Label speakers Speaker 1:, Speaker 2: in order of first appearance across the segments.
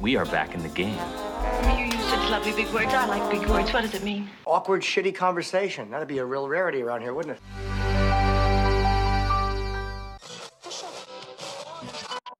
Speaker 1: we are back in the game.
Speaker 2: You use such lovely big words. I like big words. What does it mean?
Speaker 3: Awkward, shitty conversation. That'd be a real rarity around here, wouldn't it?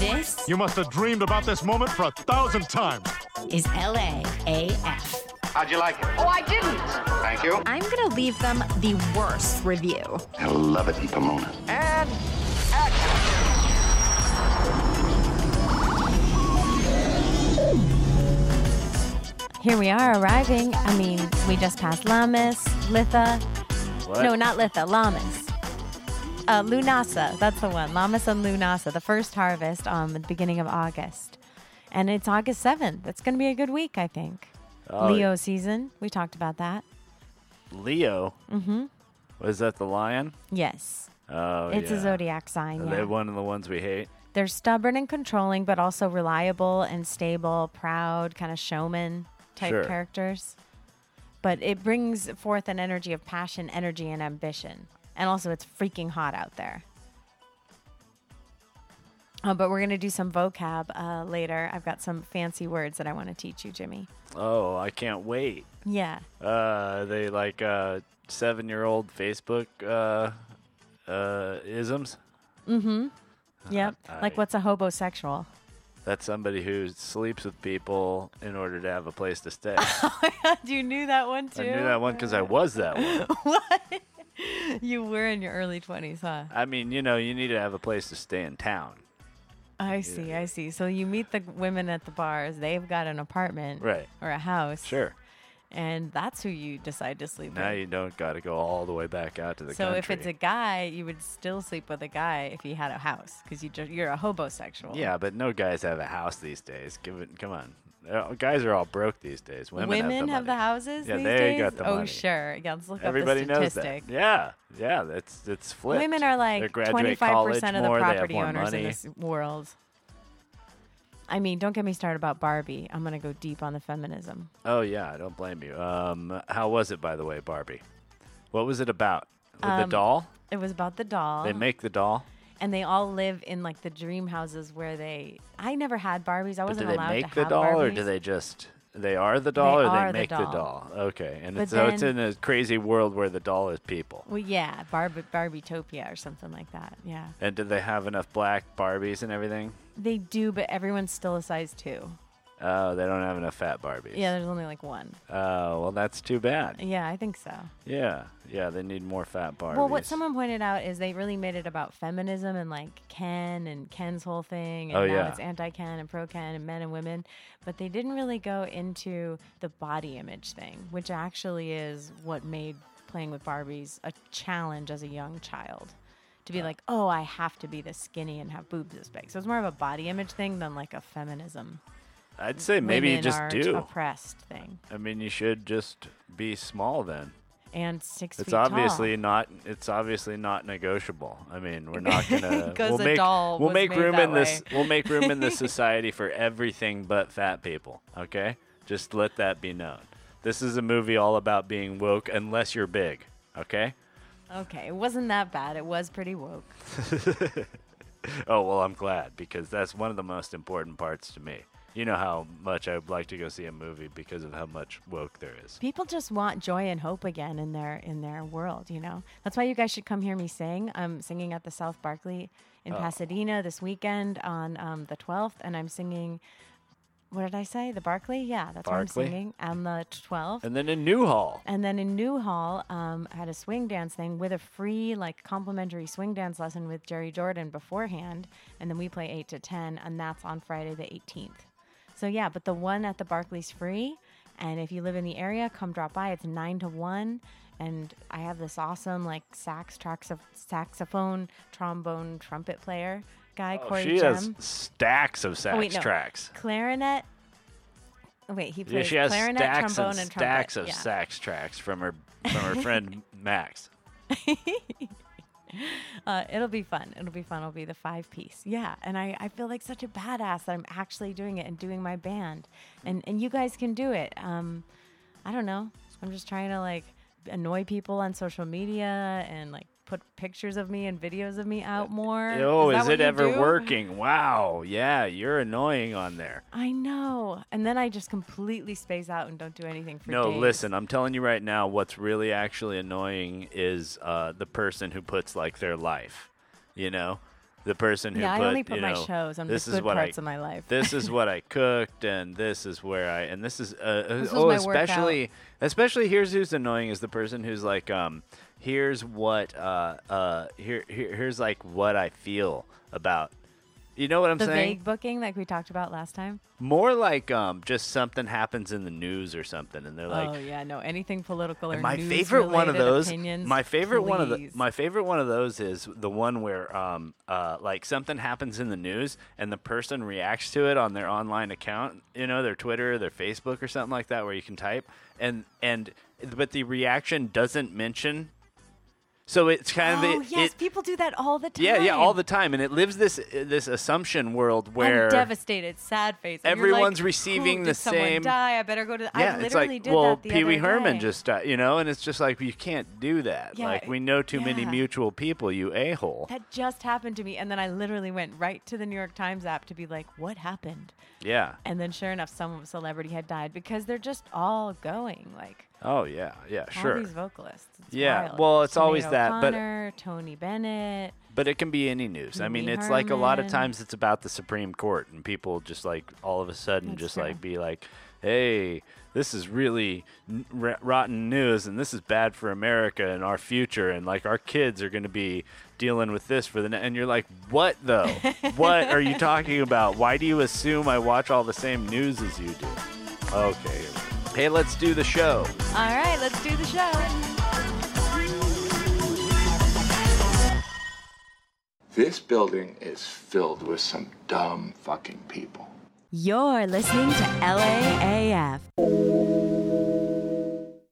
Speaker 4: This
Speaker 5: You must have dreamed about this moment for a thousand times.
Speaker 4: is LAAF.
Speaker 6: How'd you like it?
Speaker 7: Oh, I didn't.
Speaker 6: Thank you.
Speaker 8: I'm gonna leave them the worst review.
Speaker 6: I love it in Pomona.
Speaker 3: And action.
Speaker 9: Here we are arriving. I mean, we just passed Lamas, Litha. No, not Litha, Lamas. Uh, Lunasa, that's the one. Lamas and Lunasa, the first harvest um, at the beginning of August. And it's August 7th. It's going to be a good week, I think. Leo season. We talked about that.
Speaker 10: Leo. Mm-hmm. Was that the lion?
Speaker 9: Yes.
Speaker 10: Oh,
Speaker 9: it's
Speaker 10: yeah.
Speaker 9: a zodiac sign.
Speaker 10: Are
Speaker 9: yeah.
Speaker 10: they one of the ones we hate?
Speaker 9: They're stubborn and controlling, but also reliable and stable, proud, kind of showman type
Speaker 10: Sure.
Speaker 9: characters. But it brings forth an energy of passion, energy, and ambition. And also, it's freaking hot out there. Uh, but we're going to do some vocab uh, later. I've got some fancy words that I want to teach you, Jimmy.
Speaker 10: Oh, I can't wait.
Speaker 9: Yeah.
Speaker 10: Uh, are they like uh, seven-year-old Facebook uh, uh, isms.
Speaker 9: Yep.
Speaker 10: Uh,
Speaker 9: like,
Speaker 10: I-
Speaker 9: what's a hobosexual?
Speaker 10: That's somebody who sleeps with people in order to have a place to stay.
Speaker 9: you knew that one too?
Speaker 10: I knew that one because I was that one.
Speaker 9: You were in your early 20s, huh?
Speaker 10: I mean, you know, you need to have a place to stay in town.
Speaker 9: I see, I see. So you meet the women at the bars. They've got an apartment
Speaker 10: Right.
Speaker 9: or a house.
Speaker 10: Sure.
Speaker 9: And that's who you decide to sleep
Speaker 10: Now
Speaker 9: with.
Speaker 10: you don't got to go all the way back out to the
Speaker 9: so
Speaker 10: country.
Speaker 9: if it's a guy, you would still sleep with a guy if he had a house because you ju- you're a hobosexual.
Speaker 10: yeah, but no guys have a house these days. Give it, come on, Uh, guys are all broke these days. Women,
Speaker 9: Women
Speaker 10: have the, money.
Speaker 9: houses
Speaker 10: Yeah,
Speaker 9: these
Speaker 10: they
Speaker 9: days?
Speaker 10: got the
Speaker 9: oh,
Speaker 10: money.
Speaker 9: sure. Yeah, let's look
Speaker 10: Everybody
Speaker 9: up the
Speaker 10: knows
Speaker 9: statistic.
Speaker 10: that. Yeah, yeah, that's it's flipped.
Speaker 9: Women are
Speaker 10: They
Speaker 9: like
Speaker 10: graduate
Speaker 9: 25%
Speaker 10: college
Speaker 9: of the
Speaker 10: more, they have
Speaker 9: property
Speaker 10: more
Speaker 9: owners
Speaker 10: money.
Speaker 9: in this world. I mean, don't get me started about Barbie. I'm going to go deep on the feminism.
Speaker 10: Oh yeah, I don't blame you. Um, how was it by the way, Barbie? What was it about? With
Speaker 9: Um,
Speaker 10: the doll?
Speaker 9: It was about the doll.
Speaker 10: They make the doll.
Speaker 9: and they all live in like the dream houses where they. I never had Barbies. I
Speaker 10: But do
Speaker 9: wasn't
Speaker 10: they
Speaker 9: allowed
Speaker 10: make
Speaker 9: to
Speaker 10: the
Speaker 9: have
Speaker 10: doll, or do
Speaker 9: Barbies.
Speaker 10: they just they are the doll, or
Speaker 9: are
Speaker 10: they
Speaker 9: the
Speaker 10: make
Speaker 9: doll.
Speaker 10: Okay, and
Speaker 9: But
Speaker 10: it's, so it's
Speaker 9: then-
Speaker 10: in a crazy world where the doll is people.
Speaker 9: Well, yeah, Barbie, Barbietopia or something like that. Yeah,
Speaker 10: And do they have enough black Barbies and everything?
Speaker 9: they do, but everyone's still a size two.
Speaker 10: Oh, they don't have enough fat Barbies.
Speaker 9: Yeah, there's only like one.
Speaker 10: Oh, well, that's too bad.
Speaker 9: Yeah, I think so.
Speaker 10: Yeah, yeah, they need more fat Barbies.
Speaker 9: Well, what someone pointed out is they really made it about feminism and like Ken and Ken's whole thing, and
Speaker 10: Oh,
Speaker 9: now
Speaker 10: yeah.
Speaker 9: it's anti-Ken and pro-Ken and men and women, but they didn't really go into the body image thing, which actually is what made playing with Barbies a challenge as a young child. To be like, oh, I have to be this skinny and have boobs this big. So it's more of a body image thing than like a feminism.
Speaker 10: I'd say maybe you
Speaker 9: women
Speaker 10: just
Speaker 9: are
Speaker 10: do.
Speaker 9: oppressed thing.
Speaker 10: I mean, you should just be small then.
Speaker 9: And six feet
Speaker 10: It's
Speaker 9: tall.
Speaker 10: obviously not. It's obviously not negotiable. I mean, we're not gonna.
Speaker 9: 'Cause
Speaker 10: we'll
Speaker 9: the
Speaker 10: make
Speaker 9: doll
Speaker 10: we'll
Speaker 9: was
Speaker 10: make
Speaker 9: made
Speaker 10: room
Speaker 9: that
Speaker 10: in this.
Speaker 9: way.
Speaker 10: We'll make room in this society for everything but fat people. Okay, just let that be known. This is a movie all about being woke, unless you're big. Okay.
Speaker 9: Okay, it wasn't that bad. It was pretty woke.
Speaker 10: Oh well, I'm glad because that's one of the most important parts to me. You know how much I would like to go see a movie because of how much woke there is.
Speaker 9: people just want joy and hope again in their in their world you know that's why you guys should come hear me sing i'm singing at the south barkley in pasadena this weekend on um, the 12th and i'm singing what did i say the barkley yeah that's where i'm
Speaker 10: Barkley?
Speaker 9: singing on the 12th
Speaker 10: And then in Newhall.
Speaker 9: and then in Newhall, um, I had a swing dance thing with a free, like, complimentary swing dance lesson with Jerry Jordan beforehand. And then we play 8 to 10, and that's on Friday the 18th. So, yeah, but the one at the Barclays free. And if you live in the area, come drop by. It's 9 to 1. And I have this awesome, like, sax, traxo- saxophone, trombone, trumpet player guy,
Speaker 10: Oh,
Speaker 9: Corey Oh,
Speaker 10: she
Speaker 9: Gem.
Speaker 10: has stacks of sax
Speaker 9: Oh, wait, no.
Speaker 10: tracks.
Speaker 9: Clarinet. Wait, he
Speaker 10: Yeah,
Speaker 9: plays
Speaker 10: she has
Speaker 9: clarinet,
Speaker 10: stacks
Speaker 9: trombone,
Speaker 10: and,
Speaker 9: and trumpet.
Speaker 10: stacks of
Speaker 9: yeah.
Speaker 10: sax tracks from her from her friend Max.
Speaker 9: Uh, it'll be fun. It'll be fun. It'll be the five piece. Yeah. And I, I feel like such a badass that I'm actually doing it and doing my band. And and you guys can do it. Um, I don't know. I'm just trying to like annoy people on social media and like put pictures of me and videos of me out more.
Speaker 10: Oh,
Speaker 9: that
Speaker 10: is,
Speaker 9: what
Speaker 10: it
Speaker 9: you
Speaker 10: ever
Speaker 9: do?
Speaker 10: working? Wow. Yeah, you're annoying on there.
Speaker 9: I know. And then I just completely space out and don't do anything for
Speaker 10: No,
Speaker 9: days.
Speaker 10: listen, I'm telling you right now, what's really actually annoying is uh, the person who puts like their life, you know, the person who
Speaker 9: Yeah, I
Speaker 10: put,
Speaker 9: only put
Speaker 10: you
Speaker 9: my
Speaker 10: know,
Speaker 9: shows on the
Speaker 10: this is
Speaker 9: good
Speaker 10: what
Speaker 9: parts
Speaker 10: I,
Speaker 9: of my life.
Speaker 10: this is what I cooked, and this is where I, and this is, uh, uh,
Speaker 9: This was
Speaker 10: oh,
Speaker 9: my
Speaker 10: especially, especially here's who's annoying is the person who's like, um, here's what, uh, uh, here, here, here's like what I feel about, you know what I'm
Speaker 9: the
Speaker 10: saying?
Speaker 9: vague booking like we talked about last time.
Speaker 10: More like um, just something happens in the news or something, and they're like,
Speaker 9: oh yeah, no, anything political or
Speaker 10: my
Speaker 9: news
Speaker 10: favorite one of
Speaker 9: related
Speaker 10: those.
Speaker 9: Opinions,
Speaker 10: my favorite one of the.
Speaker 9: please.
Speaker 10: My favorite one of those is the one where, um, uh, like something happens in the news and the person reacts to it on their online account, you know, their Twitter, their Facebook, or something like that, where you can type and and but the reaction doesn't mention. So it's kind
Speaker 9: oh,
Speaker 10: of it,
Speaker 9: yes,
Speaker 10: it-
Speaker 9: people do that all the time.
Speaker 10: yeah, yeah, all the time, and it lives this this assumption world where
Speaker 9: I'm devastated, sad face. And you're
Speaker 10: everyone's
Speaker 9: like,
Speaker 10: receiving
Speaker 9: "Ooh,
Speaker 10: the
Speaker 9: did someone
Speaker 10: same-
Speaker 9: Die. I better go to.
Speaker 10: yeah,
Speaker 9: I
Speaker 10: it's
Speaker 9: literally
Speaker 10: like
Speaker 9: did
Speaker 10: well,
Speaker 9: that the
Speaker 10: Pee Wee
Speaker 9: other
Speaker 10: Herman
Speaker 9: day.
Speaker 10: just died, you know, and it's just like you can't do that.
Speaker 9: Yeah,
Speaker 10: like we know too many
Speaker 9: yeah. Eh.
Speaker 10: mutual people, you a hole.
Speaker 9: That just happened to me, and then I literally went right to the New York Times app to be like, "What happened?"
Speaker 10: Yeah.
Speaker 9: And then, sure enough, some celebrity had died because they're just all going like
Speaker 10: Oh yeah, yeah,
Speaker 9: all
Speaker 10: sure.
Speaker 9: these vocalists. It's
Speaker 10: Yeah,
Speaker 9: wild.
Speaker 10: well, it's
Speaker 9: Sinead
Speaker 10: always that, but-
Speaker 9: O'Connor, Tony Bennett.
Speaker 10: But it can be any news. I
Speaker 9: Pee
Speaker 10: mean,
Speaker 9: Wee
Speaker 10: it's like a lot of
Speaker 9: Herman.
Speaker 10: times it's about the Supreme Court, and people just like all of a sudden
Speaker 9: That's
Speaker 10: just
Speaker 9: true.
Speaker 10: like be like, "Hey, this is really n- r- rotten news, and this is bad for America and our future, and like our kids are going to be dealing with this for the." Ne-. And you're like, "What though? what are you talking about? Why do you assume I watch all the same news as you do?" Okay, here we go. hey, let's do the show.
Speaker 9: All right, let's do the show.
Speaker 11: This building is filled with some dumb fucking people.
Speaker 8: You're listening to LAAF.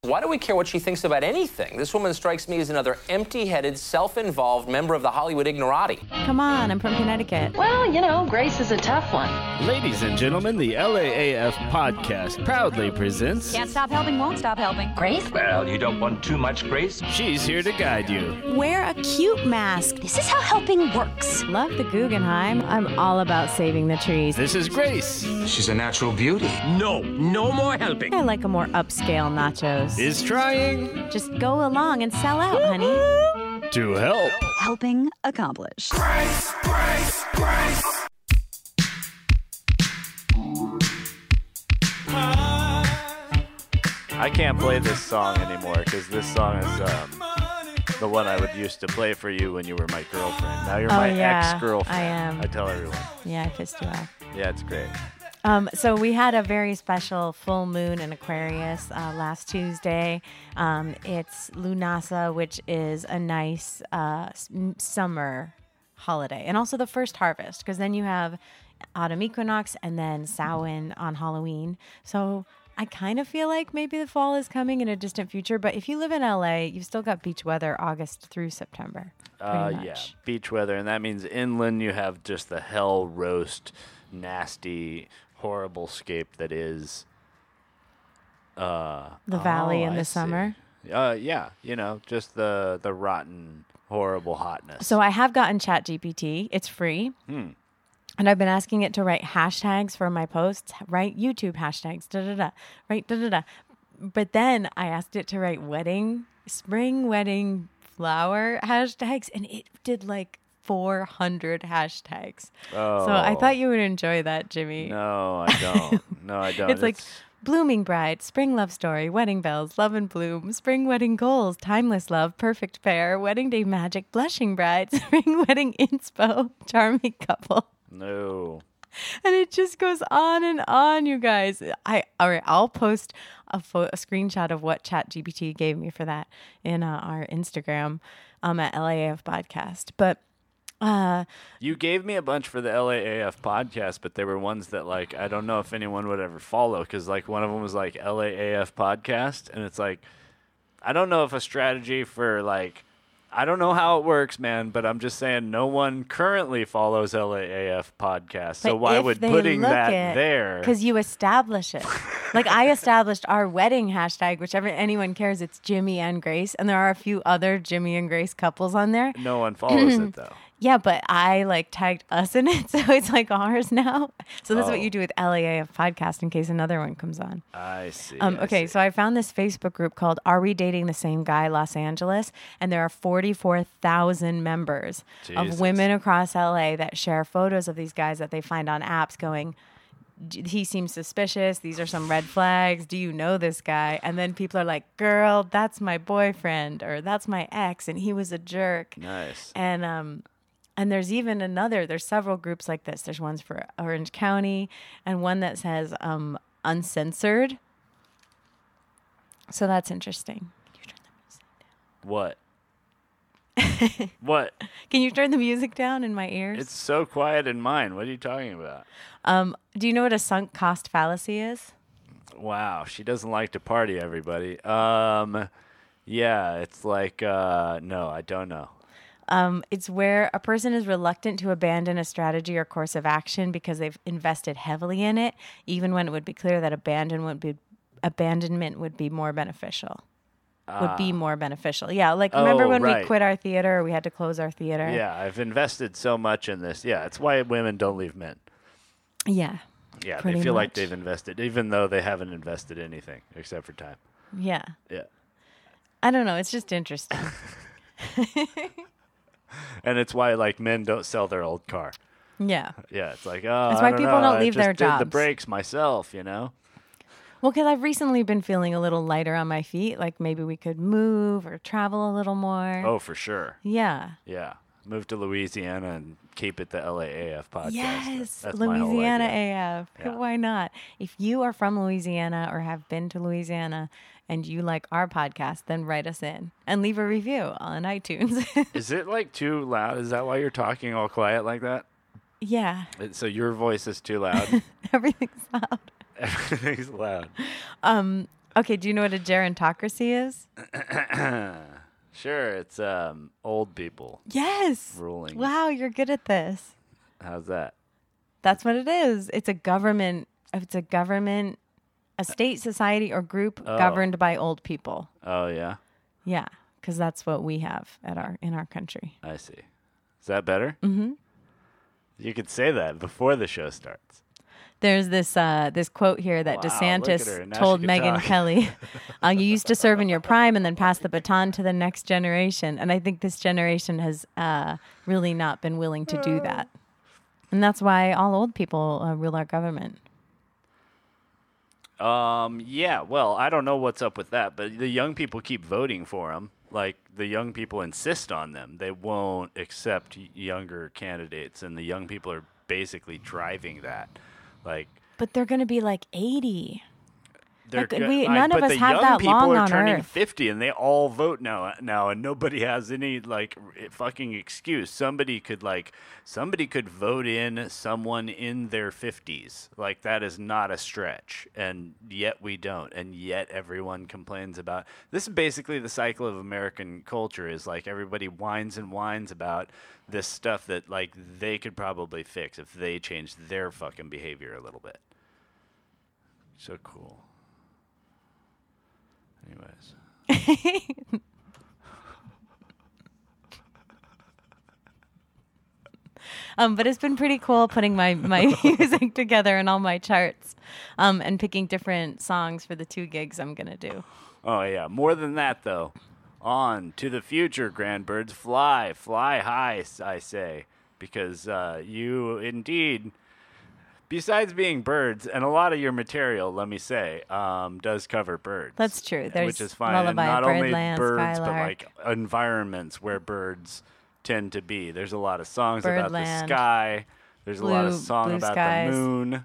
Speaker 12: Why do we care what she thinks about anything? This woman strikes me as another empty headed, self involved member of the Hollywood ignorati.
Speaker 9: Come on, I'm from Connecticut.
Speaker 7: Well, you know, Grace is a tough one.
Speaker 10: Ladies and gentlemen, the LAAF podcast proudly presents.
Speaker 7: Can't stop helping, won't stop helping. Grace?
Speaker 13: Well, you don't want too much grace.
Speaker 10: She's here to guide you.
Speaker 8: Wear a cute mask. This is how helping works.
Speaker 9: Love the Guggenheim. I'm all about saving the trees.
Speaker 10: This is Grace.
Speaker 13: She's a natural beauty. No, no more helping.
Speaker 9: I like a more upscale nachos.
Speaker 10: Is trying
Speaker 9: Just go along and sell out, honey.
Speaker 10: to help.
Speaker 8: Helping accomplished.
Speaker 10: I can't play this song anymore because this song is um, the one I would used to play for you when you were my girlfriend. Now you're
Speaker 9: Oh,
Speaker 10: my
Speaker 9: yeah,
Speaker 10: ex girlfriend.
Speaker 9: I am.
Speaker 10: I tell everyone.
Speaker 9: Yeah, I pissed you off.
Speaker 10: Yeah, it's great.
Speaker 9: Um, so we had a very special full moon in Aquarius uh, last Tuesday. Um, it's Lunasa, which is a nice uh, s- m- summer holiday, and also the first harvest, because then you have autumn equinox and then Samhain on Halloween. So I kind of feel like maybe the fall is coming in a distant future. But if you live in LA, you've still got beach weather August through September. pretty
Speaker 10: Uh,
Speaker 9: much.
Speaker 10: yeah, beach weather, and that means inland. You have just the hell roast, nasty, horrible scape that is. Uh,
Speaker 9: The valley
Speaker 10: oh,
Speaker 9: in
Speaker 10: I
Speaker 9: the
Speaker 10: see.
Speaker 9: summer.
Speaker 10: Uh, yeah, you know, just the the rotten, horrible hotness.
Speaker 9: So I have gotten ChatGPT. It's free.
Speaker 10: Hmm.
Speaker 9: And I've been asking it to write hashtags for my posts, write YouTube hashtags, da da da, write da da da. But then I asked it to write wedding, spring wedding flower hashtags, and it did like 400 hashtags. So I
Speaker 10: Oh.
Speaker 9: thought you would enjoy that, Jimmy.
Speaker 10: No, I don't. No, I don't.
Speaker 9: It's like blooming bride, spring love story, wedding bells, love and bloom, spring wedding goals, timeless love, perfect pair, wedding day magic, blushing bride, spring wedding inspo, charming couple.
Speaker 10: no.
Speaker 9: And it just goes on and on, you guys. I all right. I'll post a, pho- a screenshot of what ChatGPT gave me for that in uh, our Instagram um, at LAF podcast. But Uh,
Speaker 10: You gave me a bunch for the LAAF podcast, but they were ones that like I don't know if anyone would ever follow because like one of them was like LAAF podcast, and it's like I don't know if a strategy for like I don't know how it works, man, but I'm just saying no one currently follows LAAF podcast, so
Speaker 9: But
Speaker 10: why
Speaker 9: if
Speaker 10: would
Speaker 9: they
Speaker 10: putting
Speaker 9: look
Speaker 10: that
Speaker 9: it-
Speaker 10: there?
Speaker 9: Because you establish it. like I established our wedding hashtag, whichever anyone cares, it's Jimmy and Grace. And there are a few other Jimmy and Grace couples on there.
Speaker 10: no one follows it though.
Speaker 9: Yeah, but I like tagged us in it. So it's like ours now. So that's what
Speaker 10: Oh.
Speaker 9: you do with LAAF podcast in case another one comes on.
Speaker 10: I see.
Speaker 9: Um,
Speaker 10: I
Speaker 9: okay,
Speaker 10: see.
Speaker 9: so I found this Facebook group called Are We Dating the Same Guy Los Angeles? And there are 44,000 members
Speaker 10: Jesus.
Speaker 9: of women across LA that share photos of these guys that they find on apps going, "D- he seems suspicious. These are some red flags. Do you know this guy? And then people are like, girl, that's my boyfriend or that's my ex and he was a jerk.
Speaker 10: Nice.
Speaker 9: And um and there's even another, there's several groups like this. There's ones for Orange County and one that says um uncensored. So that's interesting.
Speaker 10: What? what?
Speaker 9: Can you turn the music down in my ears?
Speaker 10: It's so quiet in mine. What are you talking about?
Speaker 9: Um, do you know what a sunk cost fallacy is?
Speaker 10: Wow, she doesn't like to party, everybody. Um, yeah, it's like uh, no, I don't know.
Speaker 9: Um, it's where a person is reluctant to abandon a strategy or course of action because they've invested heavily in it, even when it would be clear that abandon would be, abandonment would be more beneficial. would be
Speaker 10: Ah.
Speaker 9: more beneficial. Yeah, like remember
Speaker 10: Oh,
Speaker 9: when
Speaker 10: right.
Speaker 9: we quit our theater, we had to close our theater.
Speaker 10: Yeah, I've invested so much in this. Yeah, it's why women don't leave men.
Speaker 9: Yeah.
Speaker 10: Yeah,
Speaker 9: Pretty
Speaker 10: they feel like
Speaker 9: much.
Speaker 10: they've invested, even though they haven't invested anything except for time.
Speaker 9: Yeah.
Speaker 10: Yeah,
Speaker 9: I don't know, it's just interesting.
Speaker 10: and it's why like men don't sell their old car.
Speaker 9: yeah.
Speaker 10: Yeah, it's like oh,
Speaker 9: It's
Speaker 10: I
Speaker 9: why
Speaker 10: don't
Speaker 9: people
Speaker 10: know,
Speaker 9: don't
Speaker 10: I
Speaker 9: leave
Speaker 10: just
Speaker 9: their
Speaker 10: did The
Speaker 9: jobs.
Speaker 10: brakes myself, you know.
Speaker 9: Well, because I've recently been feeling a little lighter on my feet. Like maybe we could move or travel a little more.
Speaker 10: Oh, for sure.
Speaker 9: Yeah.
Speaker 10: Yeah, move to Louisiana and keep it the LAAF podcast.
Speaker 9: Yes,
Speaker 10: That's my whole
Speaker 9: Louisiana
Speaker 10: idea.
Speaker 9: AF.
Speaker 10: Yeah.
Speaker 9: Why not? If you are from Louisiana or have been to Louisiana and you like our podcast, then write us in and leave a review on iTunes.
Speaker 10: Is it like too loud? Is that why you're talking all quiet like that?
Speaker 9: yeah,
Speaker 10: It- So your voice is too loud.
Speaker 9: everything's loud.
Speaker 10: Everything's loud.
Speaker 9: Um, okay, do you know what a gerontocracy is?
Speaker 10: sure, it's um old people.
Speaker 9: Yes.
Speaker 10: Ruling.
Speaker 9: Wow, you're good at this.
Speaker 10: How's that?
Speaker 9: That's what it is. It's a government. It's a government, a state, society, or group
Speaker 10: Oh.
Speaker 9: governed by old people.
Speaker 10: Oh yeah,
Speaker 9: Yeah, because that's what we have at our in our country.
Speaker 10: I see. Is that better?
Speaker 9: hmm
Speaker 10: You could say that before the show starts.
Speaker 9: There's this uh, this quote here that
Speaker 10: Wow, look at her.
Speaker 9: DeSantis
Speaker 10: Now she
Speaker 9: told
Speaker 10: can
Speaker 9: Megan
Speaker 10: talk.
Speaker 9: Kelly, uh, "You used to serve in your prime and then pass the baton to the next generation." And I think this generation has uh, really not been willing to
Speaker 10: Uh.
Speaker 9: do that, and that's why all old people uh, rule our government.
Speaker 10: Um yeah, well, I don't know what's up with that, but the young people keep voting for them. Like the young people insist on them. They won't accept y- younger candidates and the young people are basically driving that. Like
Speaker 9: But they're going to be like 80.
Speaker 10: They're
Speaker 9: Like,
Speaker 10: good-
Speaker 9: we-
Speaker 10: like,
Speaker 9: none of
Speaker 10: but
Speaker 9: us
Speaker 10: the
Speaker 9: have
Speaker 10: young
Speaker 9: that
Speaker 10: people
Speaker 9: long
Speaker 10: are
Speaker 9: on
Speaker 10: turning
Speaker 9: Earth.
Speaker 10: 50 and they all vote now now and nobody has any like r- fucking excuse somebody could like somebody could vote in someone in their 50s like that is not a stretch and yet we don't and yet everyone complains about this is basically the cycle of american culture is like everybody whines and whines about this stuff that like they could probably fix if they changed their fucking behavior a little bit so cool Anyways.
Speaker 9: Um, but it's been pretty cool putting my, my music together and all my charts um, and picking different songs for the two gigs I'm going to do.
Speaker 10: Oh yeah. More than that though. On to the future, grand birds. Fly, fly high, s- I say. Because uh, you indeed besides being birds, and a lot of your material, let me say, um, does cover birds.
Speaker 9: That's true.
Speaker 10: which
Speaker 9: There's
Speaker 10: is fine.
Speaker 9: Lullaby,
Speaker 10: and not only
Speaker 9: Birdland,
Speaker 10: birds, but
Speaker 9: Skylark.
Speaker 10: like environments where birds tend to be. There's a lot of songs about the
Speaker 9: Birdland.
Speaker 10: sky. There's a lot of
Speaker 9: Blue-
Speaker 10: song
Speaker 9: blue
Speaker 10: about
Speaker 9: skies.
Speaker 10: the moon.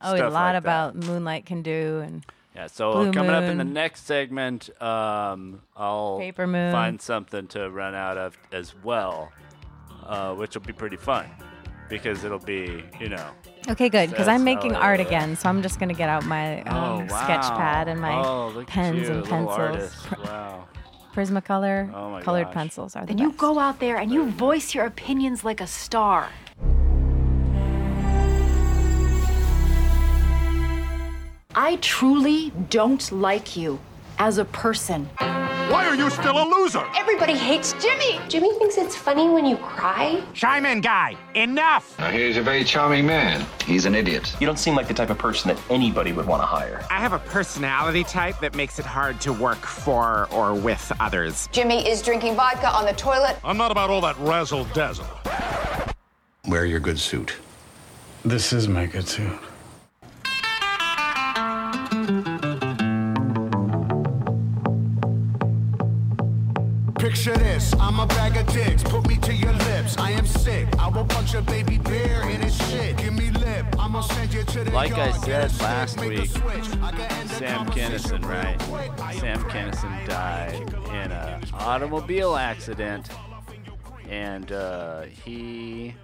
Speaker 9: Oh,
Speaker 10: stuff
Speaker 9: a
Speaker 10: like
Speaker 9: lot
Speaker 10: that.
Speaker 9: about Moonlight Can Do and
Speaker 10: Yeah, so
Speaker 9: Blue
Speaker 10: coming up in the
Speaker 9: Moon.
Speaker 10: next segment, um, I'll
Speaker 9: Paper Moon.
Speaker 10: find something to run out of as well. uh, which will be pretty fun because it'll be, you know.
Speaker 9: Okay, good. Because
Speaker 10: that's
Speaker 9: I'm making
Speaker 10: how it
Speaker 9: art
Speaker 10: is.
Speaker 9: again, so I'm just gonna get out my
Speaker 10: Oh,
Speaker 9: um, sketch
Speaker 10: wow.
Speaker 9: pad and my
Speaker 10: Oh, look at
Speaker 9: pens
Speaker 10: you,
Speaker 9: and
Speaker 10: little
Speaker 9: pencils.
Speaker 10: artist. Wow.
Speaker 9: Prismacolor,
Speaker 10: Oh my
Speaker 9: colored
Speaker 10: gosh.
Speaker 9: pencils are the
Speaker 14: And you go out there and you voice your opinions like a star. I truly don't like you as a person.
Speaker 5: Why are you still a loser?
Speaker 15: Everybody hates Jimmy. Jimmy thinks it's funny when you cry.
Speaker 13: Shyman guy, enough!
Speaker 11: Now, he's a very charming man. He's an idiot.
Speaker 16: You don't seem like the type of person that anybody would want to hire.
Speaker 13: I have a personality type that makes it hard to work for or with others.
Speaker 15: Jimmy is drinking vodka on the toilet.
Speaker 5: I'm not about all that razzle dazzle.
Speaker 6: Wear your good suit.
Speaker 17: This is my good suit.
Speaker 18: Picture this, I'm a bag of dicks, put me to your lips. I am sick, I will punch a baby bear in his shit. Give me lip, I'm gonna send you to the
Speaker 10: Like I
Speaker 18: yard, get
Speaker 10: said
Speaker 18: a
Speaker 10: last
Speaker 18: stick, make a
Speaker 10: week,
Speaker 18: switch. I can end the
Speaker 10: Sam
Speaker 18: conversation
Speaker 10: Kennison,
Speaker 18: real
Speaker 10: right?
Speaker 18: quick. I am
Speaker 10: Sam Kennison died in an automobile accident, and uh, he.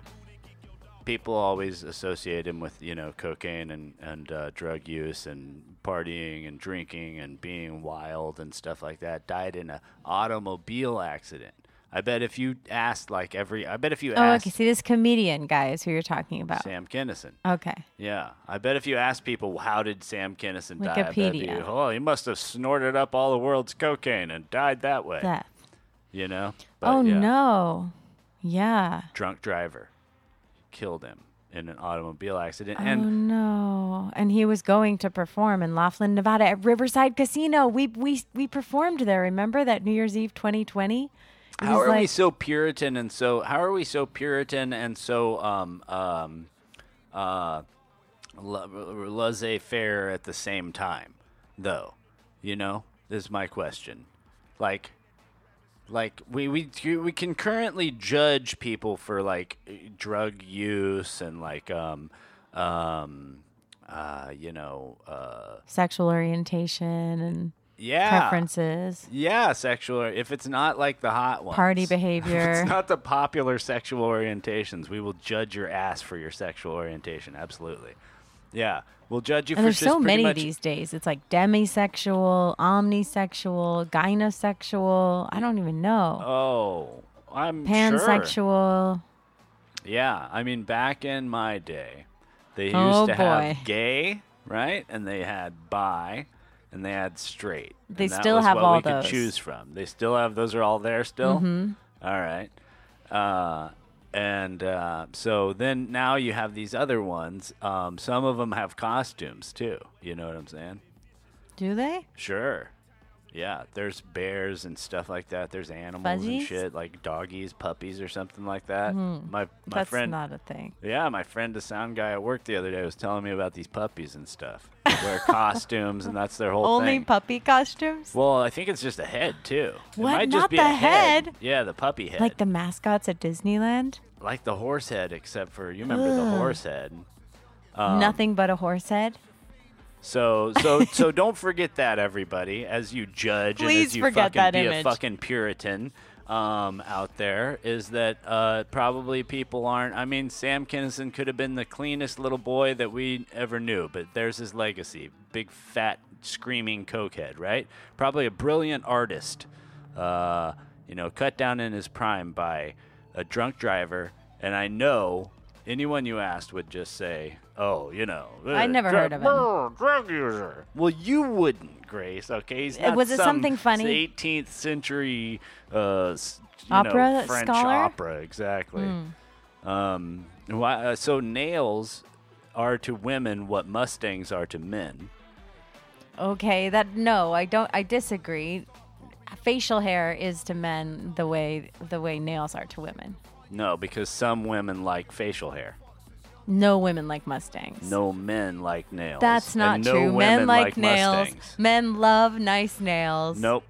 Speaker 10: People always associate him with you know cocaine and and uh, drug use and partying and drinking and being wild and stuff like that. Died in an automobile accident. I bet if you asked like every, I bet if you
Speaker 9: Oh,
Speaker 10: asked
Speaker 9: okay. See, this comedian guy is who you're talking about.
Speaker 10: Sam Kennison.
Speaker 9: Okay.
Speaker 10: Yeah, I bet if you ask people how did Sam Kinison die, I bet
Speaker 9: Wikipedia.
Speaker 10: you, oh, he must have snorted up all the world's cocaine and died that way.
Speaker 9: Death.
Speaker 10: You know?
Speaker 9: oh
Speaker 10: yeah,
Speaker 9: no. Yeah.
Speaker 10: Drunk driver killed him in an automobile accident,
Speaker 9: oh
Speaker 10: and
Speaker 9: no. And he was going to perform in Laughlin, Nevada at Riverside Casino. We we we performed there. Remember that New Year's Eve 2020? It
Speaker 10: how
Speaker 9: was
Speaker 10: are we
Speaker 9: like-
Speaker 10: so Puritan and so how are we so Puritan and so um um uh laissez faire at the same time though? You know, is my question. Like like we we do- we can currently judge people for like drug use and like um um uh you know uh
Speaker 9: sexual orientation and
Speaker 10: Yeah.
Speaker 9: preferences.
Speaker 10: Yeah, sexual. If it's not like the hot ones,
Speaker 9: Party
Speaker 10: If
Speaker 9: behavior.
Speaker 10: it's not the popular sexual orientations. We will judge your ass for your sexual orientation. Absolutely. Yeah, we'll judge you
Speaker 9: And
Speaker 10: for
Speaker 9: there's
Speaker 10: just
Speaker 9: so
Speaker 10: pretty
Speaker 9: many
Speaker 10: much-
Speaker 9: these days. It's like demisexual, omnisexual, gynosexual. I don't even know.
Speaker 10: Oh, I'm Sure.
Speaker 9: Pansexual.
Speaker 10: Yeah, I mean, back in my day, they used
Speaker 9: Oh,
Speaker 10: to
Speaker 9: boy.
Speaker 10: have gay, right? And they had bi, and they had straight.
Speaker 9: They
Speaker 10: And that
Speaker 9: still
Speaker 10: was
Speaker 9: have
Speaker 10: what
Speaker 9: all
Speaker 10: we could
Speaker 9: those.
Speaker 10: choose from. They still have those. Are all there still?
Speaker 9: Mhm.
Speaker 10: All right. Uh, and uh, so then now you have these other ones. Um, some of them have costumes too. You know what I'm saying?
Speaker 9: Do they?
Speaker 10: Sure. Yeah, there's bears and stuff like that. There's animals and
Speaker 9: Fuzzies?
Speaker 10: shit like doggies, puppies, or something like that.
Speaker 9: Hmm.
Speaker 10: My my
Speaker 9: That's
Speaker 10: friend,
Speaker 9: not a thing.
Speaker 10: Yeah, my friend, the sound guy at work the other day was telling me about these puppies and stuff. Wear costumes and that's their whole
Speaker 9: Only
Speaker 10: thing.
Speaker 9: puppy costumes?
Speaker 10: well, I think it's just a head too.
Speaker 9: What?
Speaker 10: It might
Speaker 9: Not
Speaker 10: just be
Speaker 9: the
Speaker 10: a head.
Speaker 9: head?
Speaker 10: Yeah, the puppy head.
Speaker 9: Like the mascots at Disneyland?
Speaker 10: Like the horse head, except for you remember the
Speaker 9: Ugh.
Speaker 10: horse head. Um,
Speaker 9: Nothing but a horse head?
Speaker 10: So so so don't forget that everybody as you judge and
Speaker 9: Please
Speaker 10: as you
Speaker 9: forget
Speaker 10: fucking
Speaker 9: that
Speaker 10: be a
Speaker 9: image.
Speaker 10: fucking puritan um, out there is that uh, probably people aren't I mean Sam Kinison could have been the cleanest little boy that we ever knew but there's his legacy big fat screaming cokehead right probably a brilliant artist uh, you know cut down in his prime by a drunk driver and I know anyone you asked would just say oh you know
Speaker 9: I
Speaker 10: uh,
Speaker 9: never
Speaker 10: dr-
Speaker 9: heard of
Speaker 5: Oh,
Speaker 9: him.
Speaker 10: drug user. Well, you wouldn't, Grace. Okay, he's
Speaker 9: Uh,
Speaker 10: not
Speaker 9: was it
Speaker 10: some
Speaker 9: something funny?
Speaker 10: 18th century uh, s- you know,
Speaker 9: Opera
Speaker 10: French
Speaker 9: scholar? Hmm.
Speaker 10: opera, exactly. Um, why, uh, so nails are to women what mustangs are to men.
Speaker 9: Okay, that no, I don't I disagree. Facial hair is to men the way the way nails are to women.
Speaker 10: No, because some women like facial hair.
Speaker 9: No women like mustangs.
Speaker 10: No men like nails.
Speaker 9: That's not
Speaker 10: and no
Speaker 9: true.
Speaker 10: women
Speaker 9: Men like, nails.
Speaker 10: Mustangs.
Speaker 9: Men love nice nails.
Speaker 10: Nope.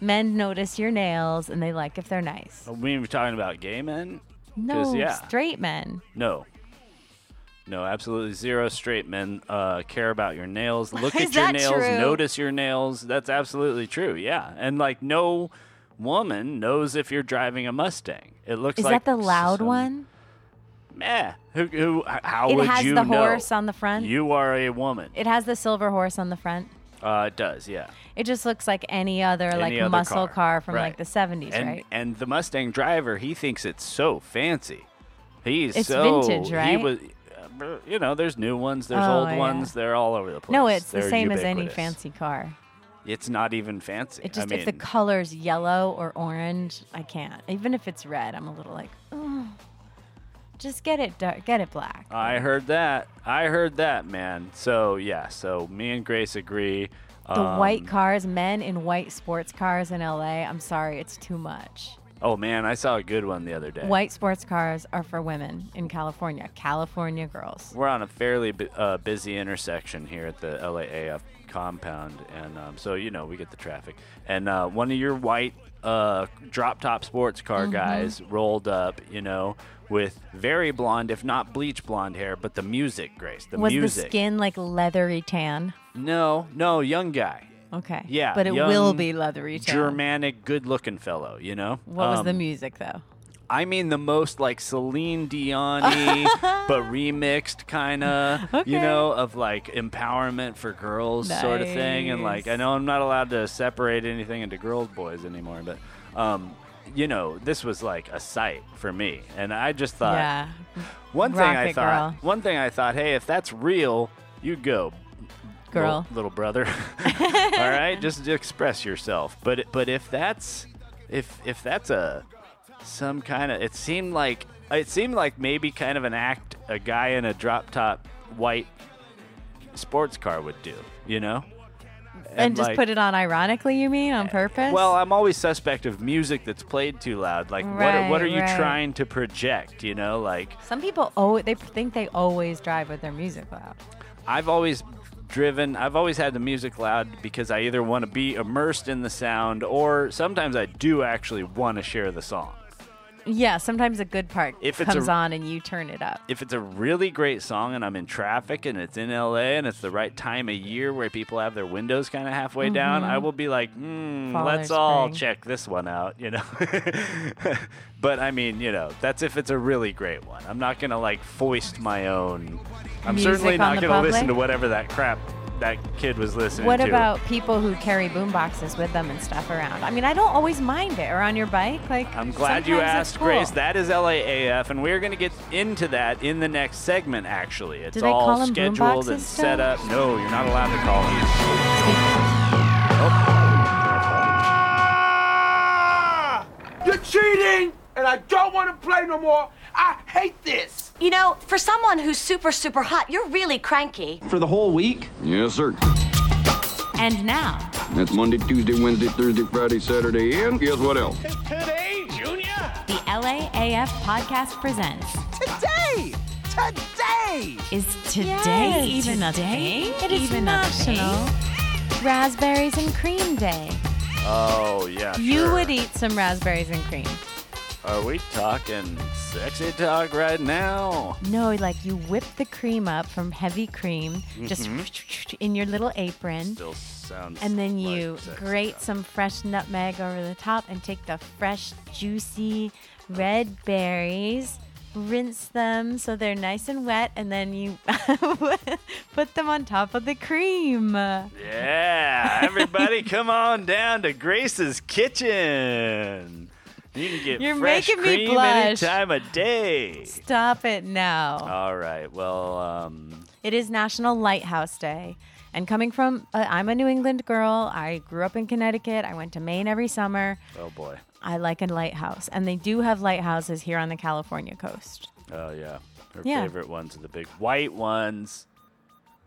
Speaker 9: Men notice your nails and they like if they're nice.
Speaker 10: Are we even talking about gay men? 'Cause,
Speaker 9: No,
Speaker 10: yeah.
Speaker 9: straight men.
Speaker 10: No. No, absolutely zero straight men uh, care about your nails. Look
Speaker 9: Is
Speaker 10: at your
Speaker 9: that
Speaker 10: nails,
Speaker 9: true?
Speaker 10: notice your nails. That's absolutely true. Yeah. And like no woman knows if you're driving a Mustang. It looks
Speaker 9: Is
Speaker 10: like
Speaker 9: that the loud
Speaker 10: some-
Speaker 9: one?
Speaker 10: Meh. Who, who, h- how
Speaker 9: it
Speaker 10: would
Speaker 9: has
Speaker 10: you
Speaker 9: the
Speaker 10: know?
Speaker 9: horse on the front.
Speaker 10: You are a woman.
Speaker 9: It has the silver horse on the front.
Speaker 10: Uh, it does, yeah.
Speaker 9: It just looks like any other
Speaker 10: Any
Speaker 9: like
Speaker 10: other
Speaker 9: muscle
Speaker 10: car.
Speaker 9: car, from like
Speaker 10: Right.
Speaker 9: the 70s,
Speaker 10: and,
Speaker 9: right?
Speaker 10: And the Mustang driver, he thinks it's so fancy. He's
Speaker 9: It's
Speaker 10: so
Speaker 9: vintage,
Speaker 10: He
Speaker 9: right?
Speaker 10: was, uh, you know, there's new ones, there's
Speaker 9: Oh,
Speaker 10: old
Speaker 9: yeah.
Speaker 10: ones, they're all over the place.
Speaker 9: No, it's the
Speaker 10: They're
Speaker 9: same as any
Speaker 10: ubiquitous.
Speaker 9: fancy car.
Speaker 10: It's not even fancy.
Speaker 9: It just
Speaker 10: I mean,
Speaker 9: if the color's yellow or orange, I can't. Even if it's red, I'm a little like, oh, just get it dark, get it black.
Speaker 10: I heard that. I heard that, man. So yeah, so me and Grace agree.
Speaker 9: The
Speaker 10: Um,
Speaker 9: white cars, men in white sports cars in LA. I'm sorry, it's too much.
Speaker 10: Oh man, I saw a good one the other day.
Speaker 9: White sports cars are for women in California. California girls.
Speaker 10: We're on a fairly bu- uh, busy intersection here at the LAAF compound, and um, so you know we get the traffic. And uh, one of your white uh, drop-top sports car
Speaker 9: Mm-hmm.
Speaker 19: Mhm.
Speaker 10: guys rolled up, you know, with very blonde, if not bleach blonde hair, but the music, Grace, the
Speaker 9: Was
Speaker 10: music.
Speaker 9: the skin like leathery tan?
Speaker 10: No, no, young guy.
Speaker 9: Okay.
Speaker 10: Yeah,
Speaker 9: But it will
Speaker 10: young,
Speaker 9: be leathery tan.
Speaker 10: Germanic, good-looking fellow, you know.
Speaker 9: What was the
Speaker 10: Um,
Speaker 9: music though?
Speaker 10: I mean the most like Celine Dion but remixed kind of, you know, of like empowerment for girls sort of thing and like I know I'm not allowed to separate anything into girls boys anymore, but um you know, this was like a sight for me and I just thought
Speaker 9: yeah.
Speaker 10: one thing
Speaker 9: Rock
Speaker 10: I
Speaker 9: it,
Speaker 10: thought
Speaker 9: girl.
Speaker 10: one thing I thought, hey, if that's real, you go
Speaker 9: Girl.
Speaker 10: little, little brother. All right, just express yourself. But but if that's if if that's a some kind of it seemed like it seemed like maybe kind of an act a guy in a drop top white sports car would do, you know?
Speaker 9: And, just
Speaker 10: like-
Speaker 9: put it on ironically, you mean, on purpose?
Speaker 10: Well, I'm always suspect of music that's played too loud. Like what what are
Speaker 9: Right,
Speaker 10: you
Speaker 9: right.
Speaker 10: trying to project, you know? Like
Speaker 9: Some people oh they think they always drive with their music loud.
Speaker 10: I've always driven, I've always had the music loud because I either want to be immersed in the sound or sometimes I do actually want to share the song.
Speaker 9: Yeah, sometimes a good part
Speaker 10: If it's
Speaker 9: comes
Speaker 10: a-
Speaker 9: on and you turn it up.
Speaker 10: If it's a really great song and I'm in traffic and it's in LA and it's the right time of year where people have their windows kind of halfway down,
Speaker 9: Mhm.
Speaker 10: I will be like, mm,
Speaker 9: Fall or
Speaker 10: let's all
Speaker 9: spring.
Speaker 10: check this one out, you know? but I mean, you know, that's if it's a really great one. I'm not going to like foist my own. I'm
Speaker 9: Music
Speaker 10: certainly
Speaker 9: on
Speaker 10: not
Speaker 9: the
Speaker 10: going to listen
Speaker 9: public?
Speaker 10: to whatever that crap that kid was listening
Speaker 9: What
Speaker 10: to.
Speaker 9: about people who carry boom boxes with them and stuff around? I mean, I don't always mind it or on your bike. Like
Speaker 10: I'm glad you
Speaker 9: sometimes it's
Speaker 10: asked, Grace.
Speaker 9: cool.
Speaker 10: That is LAAF, and we're going to get into that in the next segment, actually. It's
Speaker 9: they
Speaker 10: all
Speaker 9: call 'em
Speaker 10: scheduled
Speaker 9: boomboxes
Speaker 10: and
Speaker 9: still?
Speaker 10: set up. No, you're not allowed to call them.
Speaker 20: You're cheating, and I don't want to play no more. I hate this.
Speaker 15: You know, for someone who's super, super hot, you're really cranky.
Speaker 21: For the whole week? Yes, sir.
Speaker 4: And now,
Speaker 21: That's Monday, Tuesday, Wednesday, Thursday, Friday, Saturday, and guess what else?
Speaker 4: today, Junior, the LAAF podcast presents
Speaker 20: Today, today.
Speaker 4: Is today
Speaker 9: Yes,
Speaker 4: even
Speaker 9: today?
Speaker 4: a thing?
Speaker 9: It is
Speaker 4: even
Speaker 9: National
Speaker 4: a
Speaker 9: Raspberries and cream day.
Speaker 10: Oh, yeah.
Speaker 9: You
Speaker 10: sure.
Speaker 9: would e- eat some raspberries and cream.
Speaker 10: Are we talking sexy talk right now?
Speaker 9: No, like you whip the cream up from heavy cream, just
Speaker 10: Mhm.
Speaker 9: in your little apron.
Speaker 10: Still sounds.
Speaker 9: And then you
Speaker 10: like sexy
Speaker 9: grate some fresh nutmeg over the top and take the fresh, juicy red berries, rinse them so they're nice and wet, and then you put them on top of the cream.
Speaker 10: Yeah, everybody, come on down to Grace's kitchen. You can get
Speaker 9: You're
Speaker 10: fresh
Speaker 9: making me
Speaker 10: cream any
Speaker 9: blush.
Speaker 10: time of day.
Speaker 9: Stop it now.
Speaker 10: All right. Well, um,
Speaker 9: It is National Lighthouse Day. And coming from, uh, I'm a New England girl. I grew up in Connecticut. I went to Maine every summer.
Speaker 10: oh boy.
Speaker 9: I like a lighthouse. And they do have lighthouses here on the California coast.
Speaker 10: Oh yeah, her
Speaker 9: Yeah.
Speaker 10: favorite ones are the big white ones.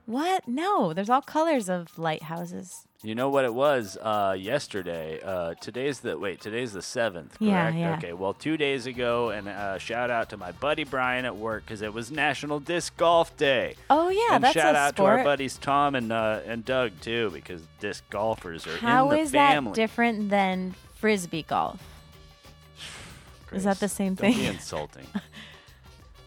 Speaker 9: What? No, there's all colors of lighthouses.
Speaker 10: You know what it was uh, yesterday? Uh, today's the wait. Today's the seventh, correct?
Speaker 9: Yeah, yeah.
Speaker 10: Okay. Well, two days ago, and uh, shout out to my buddy Brian at work because it was National Disc Golf Day.
Speaker 9: Oh, yeah,
Speaker 10: and
Speaker 9: that's
Speaker 10: shout
Speaker 9: a
Speaker 10: out to our
Speaker 9: sport.
Speaker 10: buddies Tom and uh, and Doug too because disc golfers are
Speaker 9: How
Speaker 10: in the
Speaker 9: is
Speaker 10: family.
Speaker 9: that different than frisbee golf? Is that the same
Speaker 10: Don't be
Speaker 9: thing?
Speaker 10: insulting.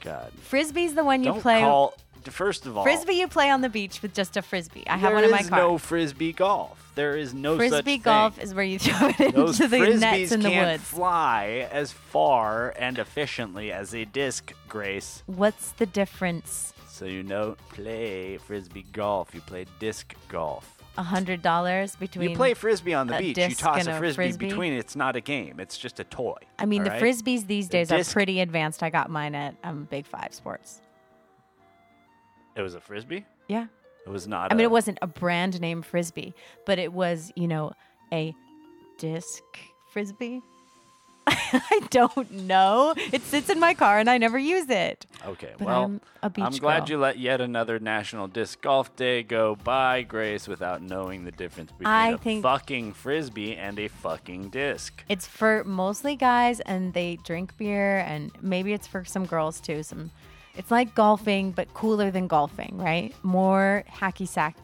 Speaker 10: God.
Speaker 9: Frisbee's the one you
Speaker 10: Don't
Speaker 9: play.
Speaker 10: call first of all,
Speaker 9: Frisbee you play on the beach with just a frisbee. I have one in my car.
Speaker 10: There is no frisbee golf. There is no such
Speaker 9: frisbee
Speaker 10: thing.
Speaker 9: golf is where you throw it
Speaker 10: Those
Speaker 9: into the
Speaker 10: frisbees
Speaker 9: nets in the
Speaker 10: can't
Speaker 9: woods.
Speaker 10: fly as far and efficiently as a disc, Grace.
Speaker 9: What's the difference?
Speaker 10: So you don't play frisbee golf. You play disc golf.
Speaker 9: A hundred dollars between.
Speaker 10: you play frisbee on the
Speaker 9: a
Speaker 10: beach. You
Speaker 9: disc
Speaker 10: toss
Speaker 9: and
Speaker 10: a frisbee, between. It's not a game. It's just a toy.
Speaker 9: I mean,
Speaker 10: all
Speaker 9: the
Speaker 10: right?
Speaker 9: frisbees these days are
Speaker 10: disc-
Speaker 9: pretty advanced. I got mine at um, Big Five Sports.
Speaker 10: It was a frisbee.
Speaker 9: Yeah.
Speaker 10: It was not.
Speaker 9: I mean,
Speaker 10: a-
Speaker 9: it wasn't a brand name frisbee, but it was, you know, a disc frisbee. I don't know. It sits in my car and I never use it.
Speaker 10: Okay,
Speaker 9: But
Speaker 10: well,
Speaker 9: I'm a beach
Speaker 10: glad
Speaker 9: girl.
Speaker 10: you let yet another National Disc Golf Day go by, Grace, without knowing the difference between
Speaker 9: I
Speaker 10: a
Speaker 9: think-
Speaker 10: fucking frisbee and a fucking disc.
Speaker 9: It's for mostly guys and they drink beer and maybe it's for some girls too. Some it's like golfing but cooler than golfing, right? More hacky sack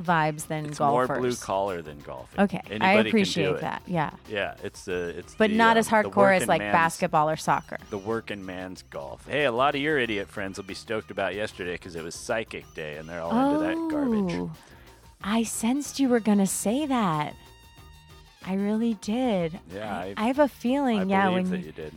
Speaker 9: vibes than
Speaker 10: It's
Speaker 9: golfers.
Speaker 10: more blue collar than golfing.
Speaker 9: Okay, I
Speaker 10: Anybody can do
Speaker 9: appreciate
Speaker 10: it.
Speaker 9: that, yeah.
Speaker 10: yeah, it's the it's
Speaker 9: but
Speaker 10: the,
Speaker 9: not
Speaker 10: um,
Speaker 9: as
Speaker 10: the
Speaker 9: hardcore as
Speaker 10: working
Speaker 9: like
Speaker 10: man's-
Speaker 9: basketball or soccer.
Speaker 10: The working man's golf. Hey, a lot of your idiot friends will be stoked about yesterday because it was Psychic Day and they're all into
Speaker 9: Oh,
Speaker 10: that garbage.
Speaker 9: I sensed you were going to say that. I really did.
Speaker 10: Yeah, I-
Speaker 9: I, I have a feeling.
Speaker 10: I
Speaker 9: yeah,
Speaker 10: believe
Speaker 9: when
Speaker 10: that you did.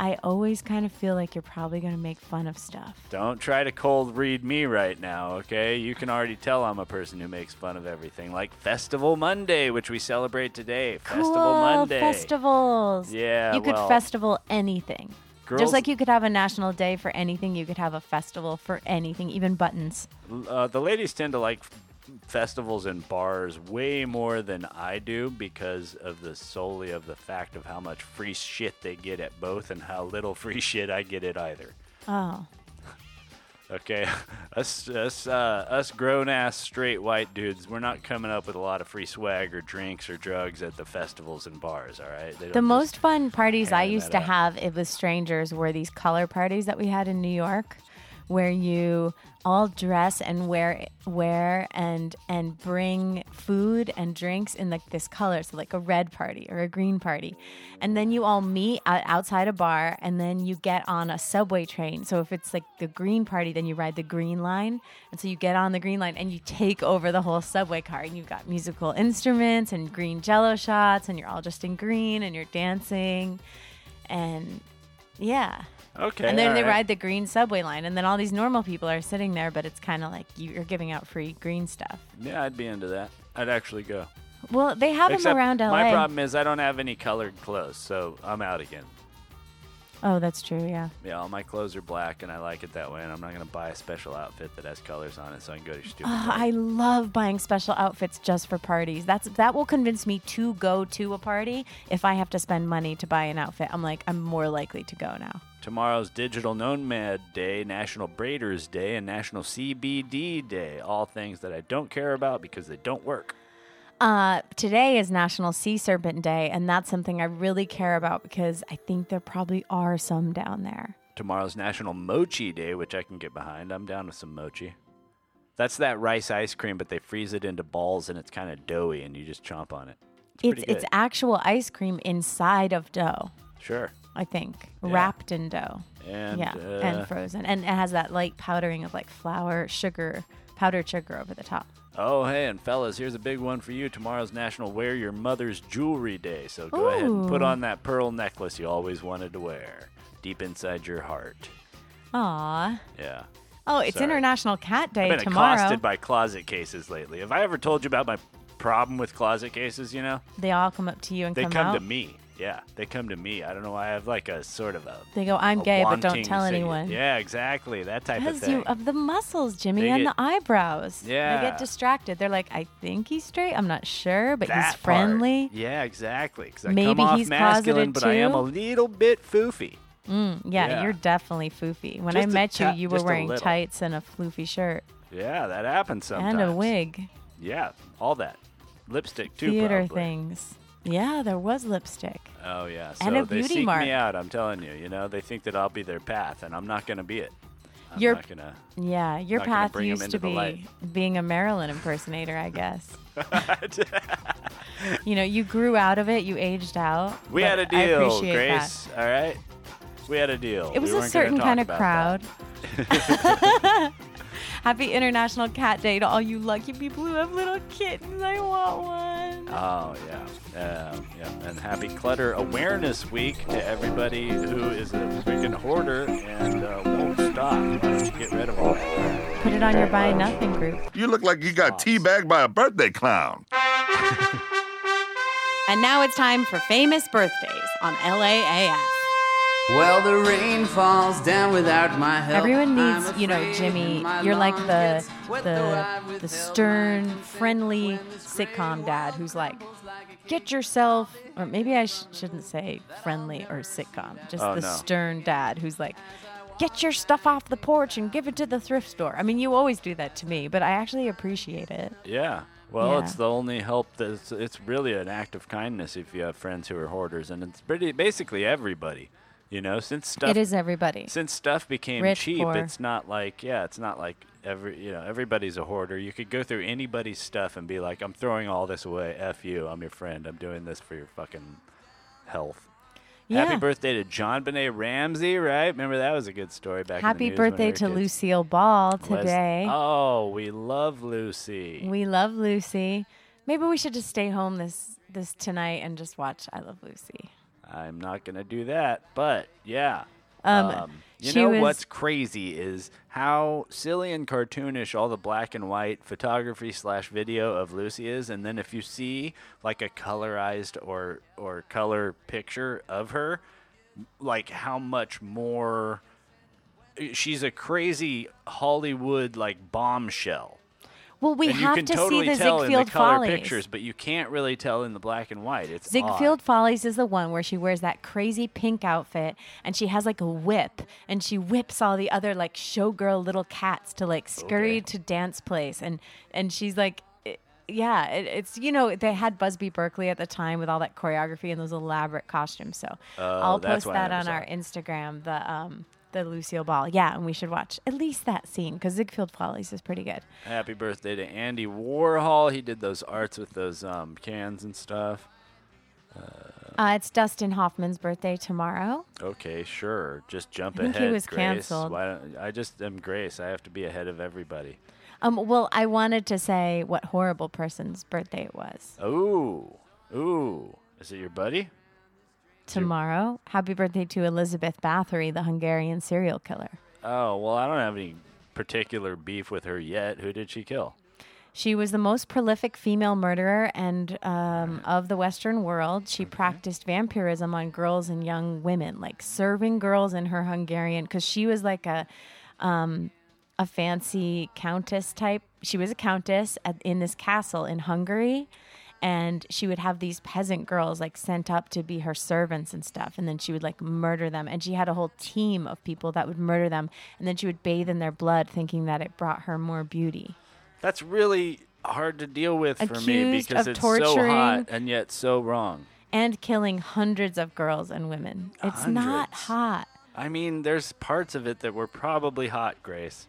Speaker 9: I always kind of feel like you're probably going to make fun of stuff.
Speaker 10: Don't try to cold read me right now, okay? You can already tell I'm a person who makes fun of everything, like Festival Monday, which we celebrate today. Festival
Speaker 9: cool
Speaker 10: Monday.
Speaker 9: festivals.
Speaker 10: Yeah,
Speaker 9: you could
Speaker 10: well-
Speaker 9: festival anything.
Speaker 10: Girls-
Speaker 9: Just like you could have a national day for anything, you could have a festival for anything, even buttons.
Speaker 10: L- uh, the ladies tend to like f- festivals and bars way more than I do because of the solely of the fact of how much free shit they get at both and how little free shit I get at either.
Speaker 9: Oh,
Speaker 10: Okay, us us uh, us grown ass straight white dudes, we're not coming up with a lot of free swag or drinks or drugs at the festivals and bars. All right, They don't
Speaker 9: the
Speaker 10: just-
Speaker 9: most fun parties I
Speaker 10: hand
Speaker 9: used
Speaker 10: that
Speaker 9: to
Speaker 10: out.
Speaker 9: have it with strangers were these color parties that we had in New York, where you all dress and wear wear and and bring food and drinks in like this color, so like a red party or a green party, and then you all meet out outside a bar, and then you get on a subway train. So if it's like the green party, then you ride the green line, and so you get on the green line and you take over the whole subway car, and you've got musical instruments and green jello shots, and you're all just in green and you're dancing, and yeah.
Speaker 10: Okay,
Speaker 9: And then
Speaker 10: all
Speaker 9: they
Speaker 10: right.
Speaker 9: ride the green subway line, and then all these normal people are sitting there, but it's kind of like you- you're giving out free green stuff.
Speaker 10: Yeah, I'd be into that. I'd actually go.
Speaker 9: Well, they have
Speaker 10: Except
Speaker 9: them around LA.
Speaker 10: My problem is I don't have any colored clothes, so I'm out again.
Speaker 9: oh, that's true. Yeah.
Speaker 10: Yeah, all my clothes are black, and I like it that way. And I'm not gonna buy a special outfit that has colors on it, so I can go to your stupid.
Speaker 9: Oh,
Speaker 10: party.
Speaker 9: I love buying special outfits just for parties. That's that will convince me to go to a party if I have to spend money to buy an outfit. I'm like, I'm more likely to go now.
Speaker 10: Tomorrow's Digital Nomad Day, National Braiders Day, and National CBD Day. All things that I don't care about because they don't work.
Speaker 9: Uh, today is National Sea Serpent Day, and that's something I really care about because I think there probably are some down there.
Speaker 10: Tomorrow's National Mochi Day, which I can get behind. I'm down with some mochi. That's that rice ice cream, but they freeze it into balls and it's kind of doughy, and you just chomp on it.
Speaker 9: It's
Speaker 10: pretty
Speaker 9: it's,
Speaker 10: good.
Speaker 9: actual ice cream inside of dough,
Speaker 10: Sure.
Speaker 9: I think,
Speaker 10: Yeah.
Speaker 9: wrapped in dough.
Speaker 10: And,
Speaker 9: yeah,
Speaker 10: uh,
Speaker 9: and frozen, and it has that light powdering of like flour, sugar, powdered sugar over the top.
Speaker 10: Oh, hey, and fellas, here's a big one for you. Tomorrow's National Wear Your Mother's Jewelry Day. So go ahead and put
Speaker 9: Ooh.
Speaker 10: on that pearl necklace you always wanted to wear deep inside your heart.
Speaker 9: Aw.
Speaker 10: Yeah.
Speaker 9: Oh, it's
Speaker 10: Sorry.
Speaker 9: International Cat Day
Speaker 10: I've been
Speaker 9: tomorrow.
Speaker 10: accosted by closet cases lately. Have I ever told you about my problem with closet cases, you know?
Speaker 9: they all come up to you and
Speaker 10: They
Speaker 9: come,
Speaker 10: come,
Speaker 9: out.
Speaker 10: to me. Yeah, they come to me. I don't know why I have like a sort of a.
Speaker 9: They go, "I'm
Speaker 10: a
Speaker 9: gay, but don't
Speaker 10: wanting
Speaker 9: tell
Speaker 10: thing."
Speaker 9: anyone.
Speaker 10: Yeah, exactly. That type of
Speaker 9: Because
Speaker 10: thing.
Speaker 9: you of the muscles, Jimmy,
Speaker 10: They
Speaker 9: and
Speaker 10: get-
Speaker 9: the eyebrows.
Speaker 10: Yeah.
Speaker 9: They get distracted. They're like, I think he's straight. I'm not sure, but
Speaker 10: That
Speaker 9: he's
Speaker 10: part.
Speaker 9: friendly.
Speaker 10: Yeah, exactly. 'Cause I come
Speaker 9: Maybe
Speaker 10: off
Speaker 9: he's
Speaker 10: masculine,
Speaker 9: closeted
Speaker 10: but I am
Speaker 9: too.
Speaker 10: a little bit foofy.
Speaker 9: Mm, yeah,
Speaker 10: Yeah.
Speaker 9: you're definitely foofy. When I
Speaker 10: Just a
Speaker 9: met you,
Speaker 10: ta-
Speaker 9: you were
Speaker 10: just a
Speaker 9: wearing
Speaker 10: little.
Speaker 9: tights and a floofy shirt
Speaker 10: Yeah, that happens sometimes.
Speaker 9: and a wig.
Speaker 10: Yeah, all that. Lipstick too.
Speaker 9: Theater
Speaker 10: probably.
Speaker 9: things. Yeah, there was lipstick.
Speaker 10: Oh yeah. So
Speaker 9: And a
Speaker 10: they
Speaker 9: beauty
Speaker 10: seek
Speaker 9: mark.
Speaker 10: me out. I'm telling you. You know, they think that I'll be their path, and I'm not gonna be it. I'm
Speaker 9: Your-
Speaker 10: not gonna.
Speaker 9: Yeah, your
Speaker 10: Not gonna
Speaker 9: path
Speaker 10: bring 'em
Speaker 9: used
Speaker 10: into
Speaker 9: to
Speaker 10: the
Speaker 9: be
Speaker 10: light.
Speaker 9: being a Maryland impersonator, I guess. you know, you grew out of it, you aged out.
Speaker 10: We
Speaker 9: but
Speaker 10: had a
Speaker 9: I
Speaker 10: deal,
Speaker 9: appreciate that.
Speaker 10: Grace. All right. We had a deal.
Speaker 9: It was
Speaker 10: We
Speaker 9: a
Speaker 10: weren't gonna
Speaker 9: certain
Speaker 10: talk
Speaker 9: kind of
Speaker 10: about that.
Speaker 9: crowd. Happy International Cat Day to all you lucky people who have little kittens. I want one.
Speaker 10: Oh yeah, um, yeah. And happy Clutter Awareness Week to everybody who is a freaking hoarder and uh, won't stop. Get rid of all that.
Speaker 9: Put it on your buy nothing group.
Speaker 22: You look like you got teabagged by a birthday clown.
Speaker 9: And now it's time for famous birthdays on LAAF.
Speaker 23: Well, the rain falls down without my help.
Speaker 9: Everyone
Speaker 23: I'm
Speaker 9: needs, you know,
Speaker 23: afraid
Speaker 9: Jimmy.
Speaker 23: that my
Speaker 9: You're like
Speaker 23: lawn
Speaker 9: the
Speaker 23: gets wet, though I
Speaker 9: the the stern, friendly sitcom dad who's like, get yourself. Or maybe I sh- shouldn't say friendly or sitcom. Just
Speaker 10: Oh,
Speaker 9: the
Speaker 10: no.
Speaker 9: stern dad who's like, get your stuff off the porch and give it to the thrift store. I mean, you always do that to me, but I actually appreciate it.
Speaker 10: Yeah. Well,
Speaker 9: Yeah.
Speaker 10: it's the only help that's. It's really an act of kindness if you have friends who are hoarders, and it's pretty basically everybody. You know, since stuff
Speaker 9: It is everybody.
Speaker 10: Since stuff became
Speaker 9: Rich,
Speaker 10: cheap,
Speaker 9: poor.
Speaker 10: it's not like yeah, it's not like every you know everybody's a hoarder. You could go through anybody's stuff and be like, I'm throwing all this away. F you. I'm your friend. I'm doing this for your fucking health.
Speaker 9: Yeah.
Speaker 10: Happy birthday to John Benet Ramsey, right? Remember that was a good story back.
Speaker 9: Happy
Speaker 10: in the news when we
Speaker 9: birthday
Speaker 10: were
Speaker 9: to
Speaker 10: kids.
Speaker 9: Lucille Ball
Speaker 10: Les-
Speaker 9: today.
Speaker 10: Oh, we love Lucy.
Speaker 9: We love Lucy. Maybe we should just stay home this this tonight and just watch I Love Lucy.
Speaker 10: I'm not gonna do that, but yeah.
Speaker 9: Um,
Speaker 10: you
Speaker 9: she
Speaker 10: know
Speaker 9: was-
Speaker 10: what's crazy is how silly and cartoonish all the black and white photography slash video of Lucy is, and then if you see like a colorized or or color picture of her, like how much more she's a crazy Hollywood like bombshell.
Speaker 9: Well, we
Speaker 10: And
Speaker 9: have
Speaker 10: you can
Speaker 9: to
Speaker 10: totally
Speaker 9: see the
Speaker 10: tell in
Speaker 9: Ziegfeld
Speaker 10: the color
Speaker 9: Follies.
Speaker 10: pictures, but you can't really tell in the black and white. It's odd.
Speaker 9: Ziegfeld Follies is the one where she wears that crazy pink outfit and she has like a whip and she whips all the other like showgirl little cats to like scurry to dance place and and she's like it- yeah, it, it's you know they had Busby Berkeley at the time with all that choreography and those elaborate costumes. So
Speaker 10: Oh,
Speaker 9: I'll
Speaker 10: that's
Speaker 9: post
Speaker 10: why I
Speaker 9: that
Speaker 10: never
Speaker 9: on
Speaker 10: saw
Speaker 9: our Instagram. The um the Lucille Ball, yeah, and we should watch at least that scene because Ziegfeld Follies is pretty good.
Speaker 10: Happy birthday to Andy Warhol. He did those arts with those um, cans and stuff. Oh.
Speaker 9: Uh, it's Dustin Hoffman's birthday tomorrow.
Speaker 10: Okay, sure. Just jump
Speaker 9: I think he
Speaker 10: ahead.
Speaker 9: was
Speaker 10: Grace.
Speaker 9: canceled.
Speaker 10: Why don't, I just am Grace. I have to be ahead of everybody.
Speaker 9: Um, well, I wanted to say what horrible person's birthday it was.
Speaker 10: Ooh, ooh. Is it your buddy?
Speaker 9: Tomorrow, happy birthday to Elizabeth Bathory, the Hungarian serial killer.
Speaker 10: Oh well, I don't have any particular beef with her yet. Who did she kill?
Speaker 9: She was the most prolific female murderer and um, of the Western world. She practiced vampirism on girls and young women, like serving girls in her Hungarian, because she was like a um, a fancy countess type. She was a countess at, in this castle in Hungary, and she would have these peasant girls like sent up to be her servants and stuff, and then she would like murder them. And she had a whole team of people that would murder them, and then she would bathe in their blood, thinking that it brought her more beauty.
Speaker 10: That's really hard to deal with for me
Speaker 9: Accused
Speaker 10: because
Speaker 9: of
Speaker 10: it's so hot
Speaker 9: torturing-
Speaker 10: and yet so wrong.
Speaker 9: and killing hundreds of girls and women. It's not hot.
Speaker 10: I mean, there's parts of it that were probably hot, Grace.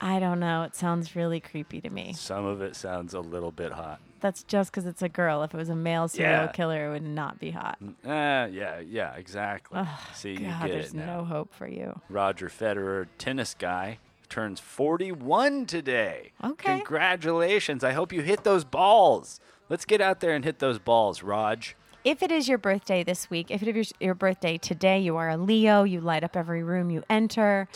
Speaker 9: I don't know. It sounds really creepy to me.
Speaker 10: Some of it sounds a little bit hot.
Speaker 9: That's just because it's a girl. If it was a male serial
Speaker 10: Yeah.
Speaker 9: killer, it would not be hot.
Speaker 10: Uh, yeah, yeah, exactly.
Speaker 9: Ugh,
Speaker 10: See,
Speaker 9: God,
Speaker 10: you get
Speaker 9: there's
Speaker 10: it now.
Speaker 9: no hope for you.
Speaker 10: Roger Federer, tennis guy, turns 41 today.
Speaker 9: Okay.
Speaker 10: Congratulations. I hope you hit those balls. Let's get out there and hit those balls, Raj.
Speaker 9: If it is your birthday this week, if it is your birthday today, you are a Leo. You light up every room you enter.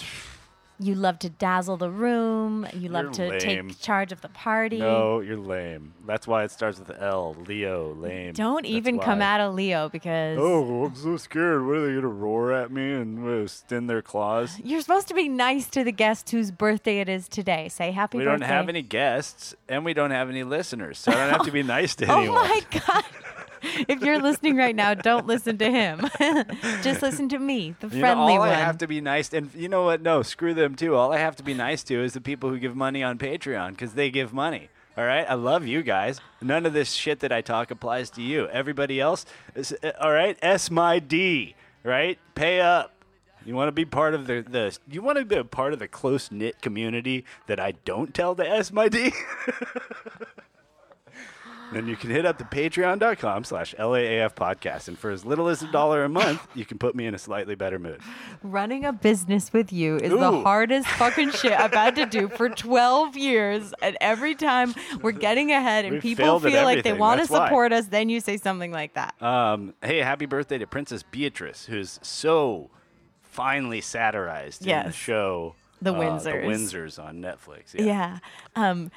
Speaker 9: You love to dazzle the room. You love to
Speaker 10: You're lame.
Speaker 9: take charge of the party.
Speaker 10: No, you're lame. That's why it starts with L. Leo, lame.
Speaker 9: Don't
Speaker 10: That's
Speaker 9: even come
Speaker 10: why.
Speaker 9: out of Leo because
Speaker 10: Oh, I'm so scared. What are they going to roar at me and uh, extend their claws?
Speaker 9: You're supposed to be nice to the guest whose birthday it is today. Say happy
Speaker 10: we
Speaker 9: birthday.
Speaker 10: don't have any guests and we don't have any listeners, so I don't have to be nice to
Speaker 9: Oh
Speaker 10: anyone.
Speaker 9: my god. if you're listening right now, don't listen to him. Just listen to me, the
Speaker 10: You know,
Speaker 9: friendly
Speaker 10: all
Speaker 9: one.
Speaker 10: I have to be nice, and you know what? No, screw them too. All I have to be nice to is the people who give money on Patreon because they give money. All right, I love you guys. None of this shit that I talk applies to you. Everybody else, is, uh, all right, S my D, right? Pay up. You want to be part of the, the you want to be a part of the close knit community that I don't tell the S my D. then you can hit up the patreon.com slash LAAF podcast. And for as little as a dollar a month, you can put me in a slightly better mood.
Speaker 9: Running a business with you is the
Speaker 10: Ooh.
Speaker 9: hardest fucking shit I've had to do for 12 years. And every time we're getting ahead and
Speaker 10: We've
Speaker 9: people
Speaker 10: failed at
Speaker 9: feel like they
Speaker 10: everything,
Speaker 9: want to
Speaker 10: that's why.
Speaker 9: support us, then you say something like that.
Speaker 10: Um, hey, happy birthday to Princess Beatrice, who's so finely satirized in the
Speaker 9: Yes.
Speaker 10: show uh,
Speaker 9: The
Speaker 10: The
Speaker 9: Windsors.
Speaker 10: Windsors on Netflix. Yeah.
Speaker 9: Yeah. Um,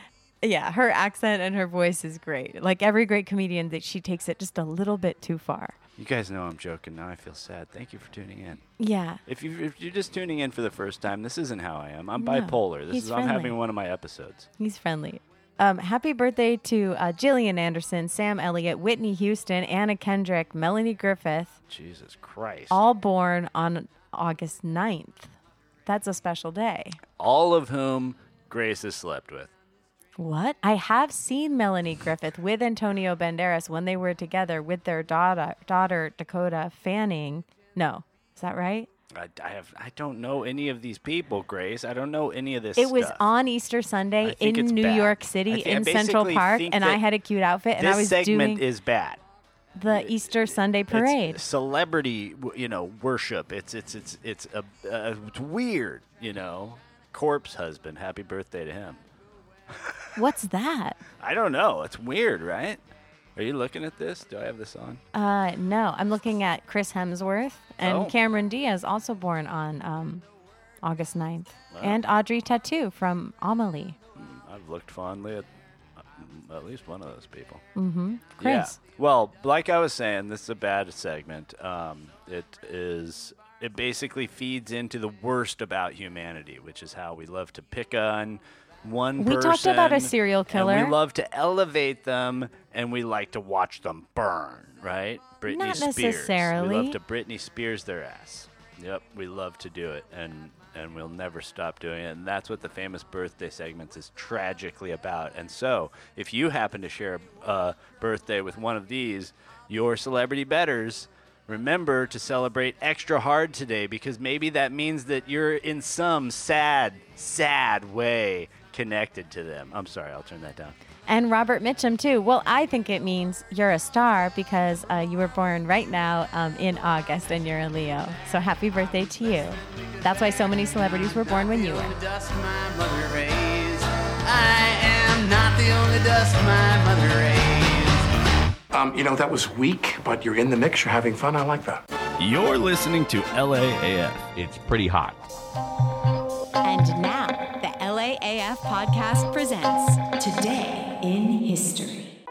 Speaker 9: yeah, her accent and her voice is great. Like every great comedian, that she takes it just a little bit too far.
Speaker 10: You guys know I'm joking. Now I feel sad. Thank you for tuning in.
Speaker 9: Yeah.
Speaker 10: If, you, if you're just tuning in for the first time, this isn't how I am. I'm
Speaker 9: No,
Speaker 10: bipolar. This
Speaker 9: he's
Speaker 10: is I'm having
Speaker 9: friendly.
Speaker 10: one of my episodes.
Speaker 9: He's friendly. Um, happy birthday to uh, Jillian Anderson, Sam Elliott, Whitney Houston, Anna Kendrick, Melanie Griffith,
Speaker 10: Jesus Christ.
Speaker 9: all born on August 9th. That's a special day.
Speaker 10: all of whom Grace has slept with.
Speaker 9: What? I have seen Melanie Griffith with Antonio Banderas when they were together with their daughter, daughter Dakota Fanning. No, is that right?
Speaker 10: I, I have I don't know any of these people, Grace. I don't know any of this.
Speaker 9: it was
Speaker 10: stuff.
Speaker 9: on Easter Sunday
Speaker 10: I think
Speaker 9: in
Speaker 10: it's
Speaker 9: New
Speaker 10: bad.
Speaker 9: York
Speaker 10: I
Speaker 9: City
Speaker 10: thi- I
Speaker 9: in Central
Speaker 10: basically
Speaker 9: Park,
Speaker 10: think
Speaker 9: and
Speaker 10: that
Speaker 9: I had a cute outfit, and
Speaker 10: this
Speaker 9: I was
Speaker 10: segment
Speaker 9: doing
Speaker 10: is bad.
Speaker 9: the Easter Sunday parade.
Speaker 10: It's celebrity, w- you know, worship. It's it's it's it's a uh, it's weird, you know. Corpse husband, happy birthday to him.
Speaker 9: What's that?
Speaker 10: I don't know. It's weird, right? Are you looking at this? Do I have this on?
Speaker 9: Uh, no, I'm looking at Chris Hemsworth and
Speaker 10: Oh.
Speaker 9: Cameron Diaz, also born on um, August 9th,
Speaker 10: Wow.
Speaker 9: and Audrey Tattoo from Amelie.
Speaker 10: I've looked fondly at uh, at least one of those people.
Speaker 9: Mm-hmm. Chris.
Speaker 10: Yeah. Well, like I was saying, this is a bad segment. Um, it is. It basically feeds into the worst about humanity, which is how we love to pick on one
Speaker 9: We talked about a
Speaker 10: person,
Speaker 9: serial
Speaker 10: and
Speaker 9: killer.
Speaker 10: we love to elevate them, and we like to watch them burn. Right? Britney
Speaker 9: Not
Speaker 10: Spears. We
Speaker 9: necessarily.
Speaker 10: love to Britney Spears their ass. Yep, we love to do it, and and we'll never stop doing it. And that's what the famous birthday segments is tragically about. And so, if you happen to share a uh, birthday with one of these, your celebrity betters. Remember to celebrate extra hard today because maybe that means that you're in some sad, sad way connected to them. I'm sorry, I'll turn that down.
Speaker 9: And Robert Mitchum, too. Well, I think it means you're a star because uh, you were born right now um, in August and you're a Leo. So happy birthday to you. That's why so many celebrities were born when you were.
Speaker 23: dust my mother raised. I am not the only dust my mother raised.
Speaker 11: Um, you know, that was weak, but you're in the mix, you're having fun. I like that.
Speaker 1: You're listening to LAAF. It's pretty hot.
Speaker 4: And now, the LAAF podcast presents Today in History.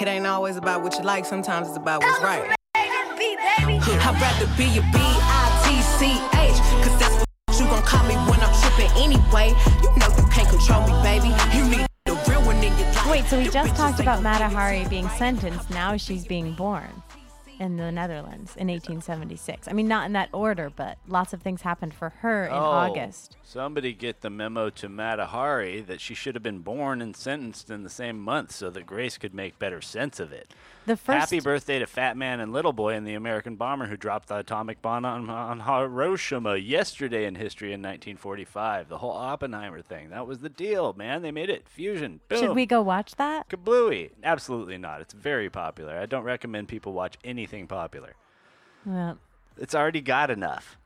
Speaker 2: It ain't always about what you like, sometimes it's about what's right. I'd rather be a B-I-T-C-H, cause that's what you gon' call me when I'm tripping anyway. You know you can't control me, baby. You need the real one in your life.
Speaker 9: Wait, so we just talked about Matahari being sentenced. Now she's being born in the Netherlands in 1876. I mean, not in that order, but lots of things happened for her in
Speaker 10: Oh,
Speaker 9: August.
Speaker 10: Somebody get the memo to Matahari that she should have been born and sentenced in the same month so that Grace could make better sense of it.
Speaker 9: The first.
Speaker 10: Happy birthday to Fat Man and Little Boy and the American bomber who dropped the atomic bomb on, on Hiroshima yesterday in history in 1945. The whole Oppenheimer thing. That was the deal, man. They made it. Fusion. Boom.
Speaker 9: Should we go watch that?
Speaker 10: Kablooey. Absolutely not. It's very popular. I don't recommend people watch anything popular.
Speaker 9: Well,
Speaker 10: It's already got enough.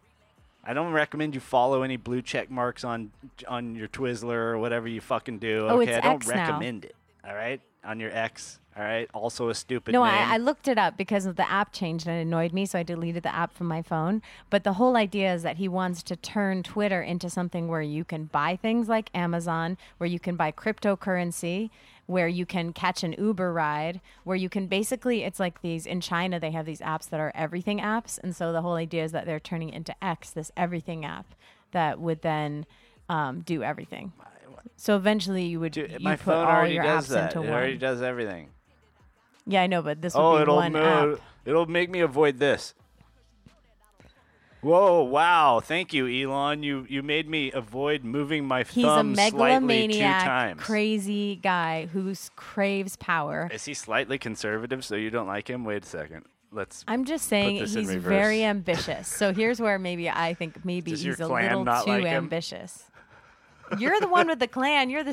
Speaker 10: I don't recommend you follow any blue check marks on on your Twizzler or whatever you fucking do.
Speaker 9: Oh,
Speaker 10: okay,
Speaker 9: it's
Speaker 10: I don't
Speaker 9: X now.
Speaker 10: recommend it. All right, on your X. All right, also a stupid
Speaker 9: no,
Speaker 10: name.
Speaker 9: I, I looked it up because of the app changed and it annoyed me, so I deleted the app from my phone. But the whole idea is that he wants to turn Twitter into something where you can buy things like Amazon, where you can buy cryptocurrency, where you can catch an Uber ride, where you can basically, it's like these in China, they have these apps that are everything apps. And so the whole idea is that they're turning it into X, this everything app that would then um, do everything. So eventually you would you
Speaker 10: My
Speaker 9: put
Speaker 10: phone
Speaker 9: all
Speaker 10: already
Speaker 9: your
Speaker 10: does
Speaker 9: apps
Speaker 10: that.
Speaker 9: into
Speaker 10: It already
Speaker 9: one.
Speaker 10: does everything.
Speaker 9: Yeah, I know, but this would
Speaker 10: oh,
Speaker 9: be
Speaker 10: it'll
Speaker 9: one
Speaker 10: mo-
Speaker 9: app.
Speaker 10: it'll make me avoid this. Whoa! Wow! Thank you, Elon. You you made me avoid moving my
Speaker 9: He's a
Speaker 10: thumb slightly two
Speaker 9: megalomaniac,
Speaker 10: times.
Speaker 9: crazy guy who s- craves power.
Speaker 10: Is he slightly conservative? So you don't like him? Wait a second. Let's.
Speaker 9: I'm just
Speaker 10: put
Speaker 9: saying
Speaker 10: this in
Speaker 9: he's
Speaker 10: reverse.
Speaker 9: very ambitious. So here's where maybe I think maybe
Speaker 10: Does your
Speaker 9: he's a
Speaker 10: clan
Speaker 9: little
Speaker 10: not
Speaker 9: too
Speaker 10: like him?
Speaker 9: ambitious. You're the one with the clan. You're the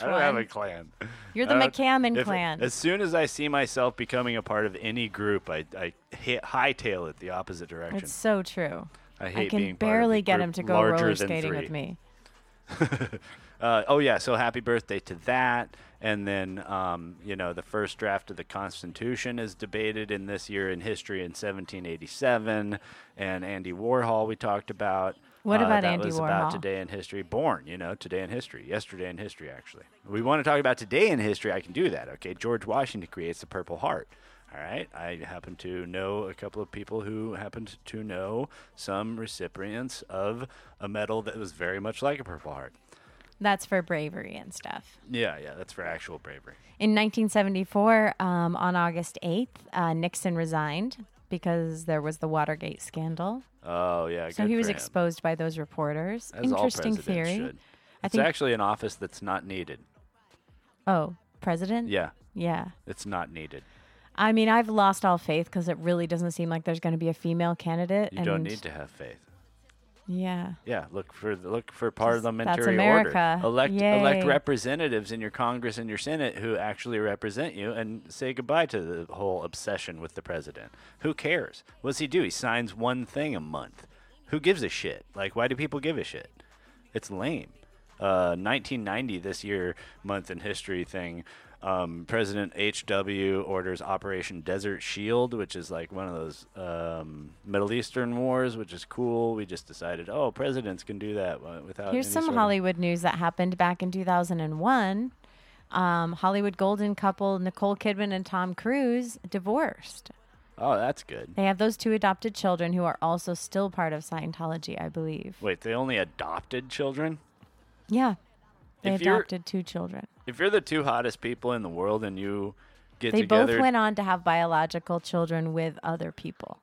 Speaker 10: I don't
Speaker 9: one.
Speaker 10: have a clan.
Speaker 9: You're the
Speaker 10: I don't-
Speaker 9: McCammon
Speaker 10: if-
Speaker 9: clan.
Speaker 10: As soon as I see myself becoming a part of any group, I, I hit, hightail it the opposite direction.
Speaker 9: It's so true.
Speaker 10: I hate
Speaker 9: can
Speaker 10: being part of a
Speaker 9: barely get
Speaker 10: group
Speaker 9: him to go
Speaker 10: larger
Speaker 9: roller
Speaker 10: than
Speaker 9: skating
Speaker 10: three.
Speaker 9: with me.
Speaker 10: Uh, oh yeah, so happy birthday to that. And then um, you know the first draft of the Constitution is debated in this year in history in 1787, and Andy Warhol we talked about. uh,
Speaker 9: What about
Speaker 10: that
Speaker 9: Andy
Speaker 10: was About
Speaker 9: Warhol?
Speaker 10: today in history, born. You know, today in history, yesterday in history. Actually, we want to talk about today in history. I can do that. Okay, George Washington creates the Purple Heart. All right. I happen to know a couple of people who happened to know some recipients of a medal that was very much like a Purple Heart.
Speaker 9: That's for bravery and stuff.
Speaker 10: Yeah, yeah, that's for actual bravery.
Speaker 9: In 1974, um, on August 8th, uh, Nixon resigned because there was the Watergate scandal.
Speaker 10: Oh yeah,
Speaker 9: so
Speaker 10: good
Speaker 9: he was
Speaker 10: for him.
Speaker 9: exposed by those reporters.
Speaker 10: As all
Speaker 9: Interesting
Speaker 10: presidents
Speaker 9: theory.
Speaker 10: should.
Speaker 9: I
Speaker 10: It's
Speaker 9: think.
Speaker 10: actually an office that's not needed.
Speaker 9: oh, president.
Speaker 10: Yeah,
Speaker 9: Yeah.
Speaker 10: it's not needed.
Speaker 9: I mean, I've lost all faith because it really doesn't seem like there's going to be a female candidate.
Speaker 10: You
Speaker 9: and
Speaker 10: don't need to have faith.
Speaker 9: Yeah.
Speaker 10: Yeah, look for the- look for parliamentary
Speaker 9: America.
Speaker 10: order. Elect elect
Speaker 9: Yay.
Speaker 10: representatives in your Congress and your Senate who actually represent you, and say goodbye to the whole obsession with the president. Who cares? What does he do? He signs one thing a month. Who gives a shit? Like, why do people give a shit? It's lame. Uh, 1990, this year, month in history thing. Um, President H.W. orders Operation Desert Shield, which is like one of those um, Middle Eastern wars, which is cool. We just decided, oh, presidents can do that uh, without.
Speaker 9: Here's
Speaker 10: any
Speaker 9: some
Speaker 10: sort of-
Speaker 9: Hollywood news that happened back in 2001. Um, Hollywood golden couple Nicole Kidman and Tom Cruise divorced.
Speaker 10: Oh, that's good.
Speaker 9: They have those two adopted children who are also still part of Scientology, I believe.
Speaker 10: Wait, they only adopted children?
Speaker 9: Yeah. They
Speaker 10: If you're-
Speaker 9: adopted two children.
Speaker 10: If you're the two hottest people in the world and you get
Speaker 9: They
Speaker 10: together,
Speaker 9: both went on to have biological children with other people.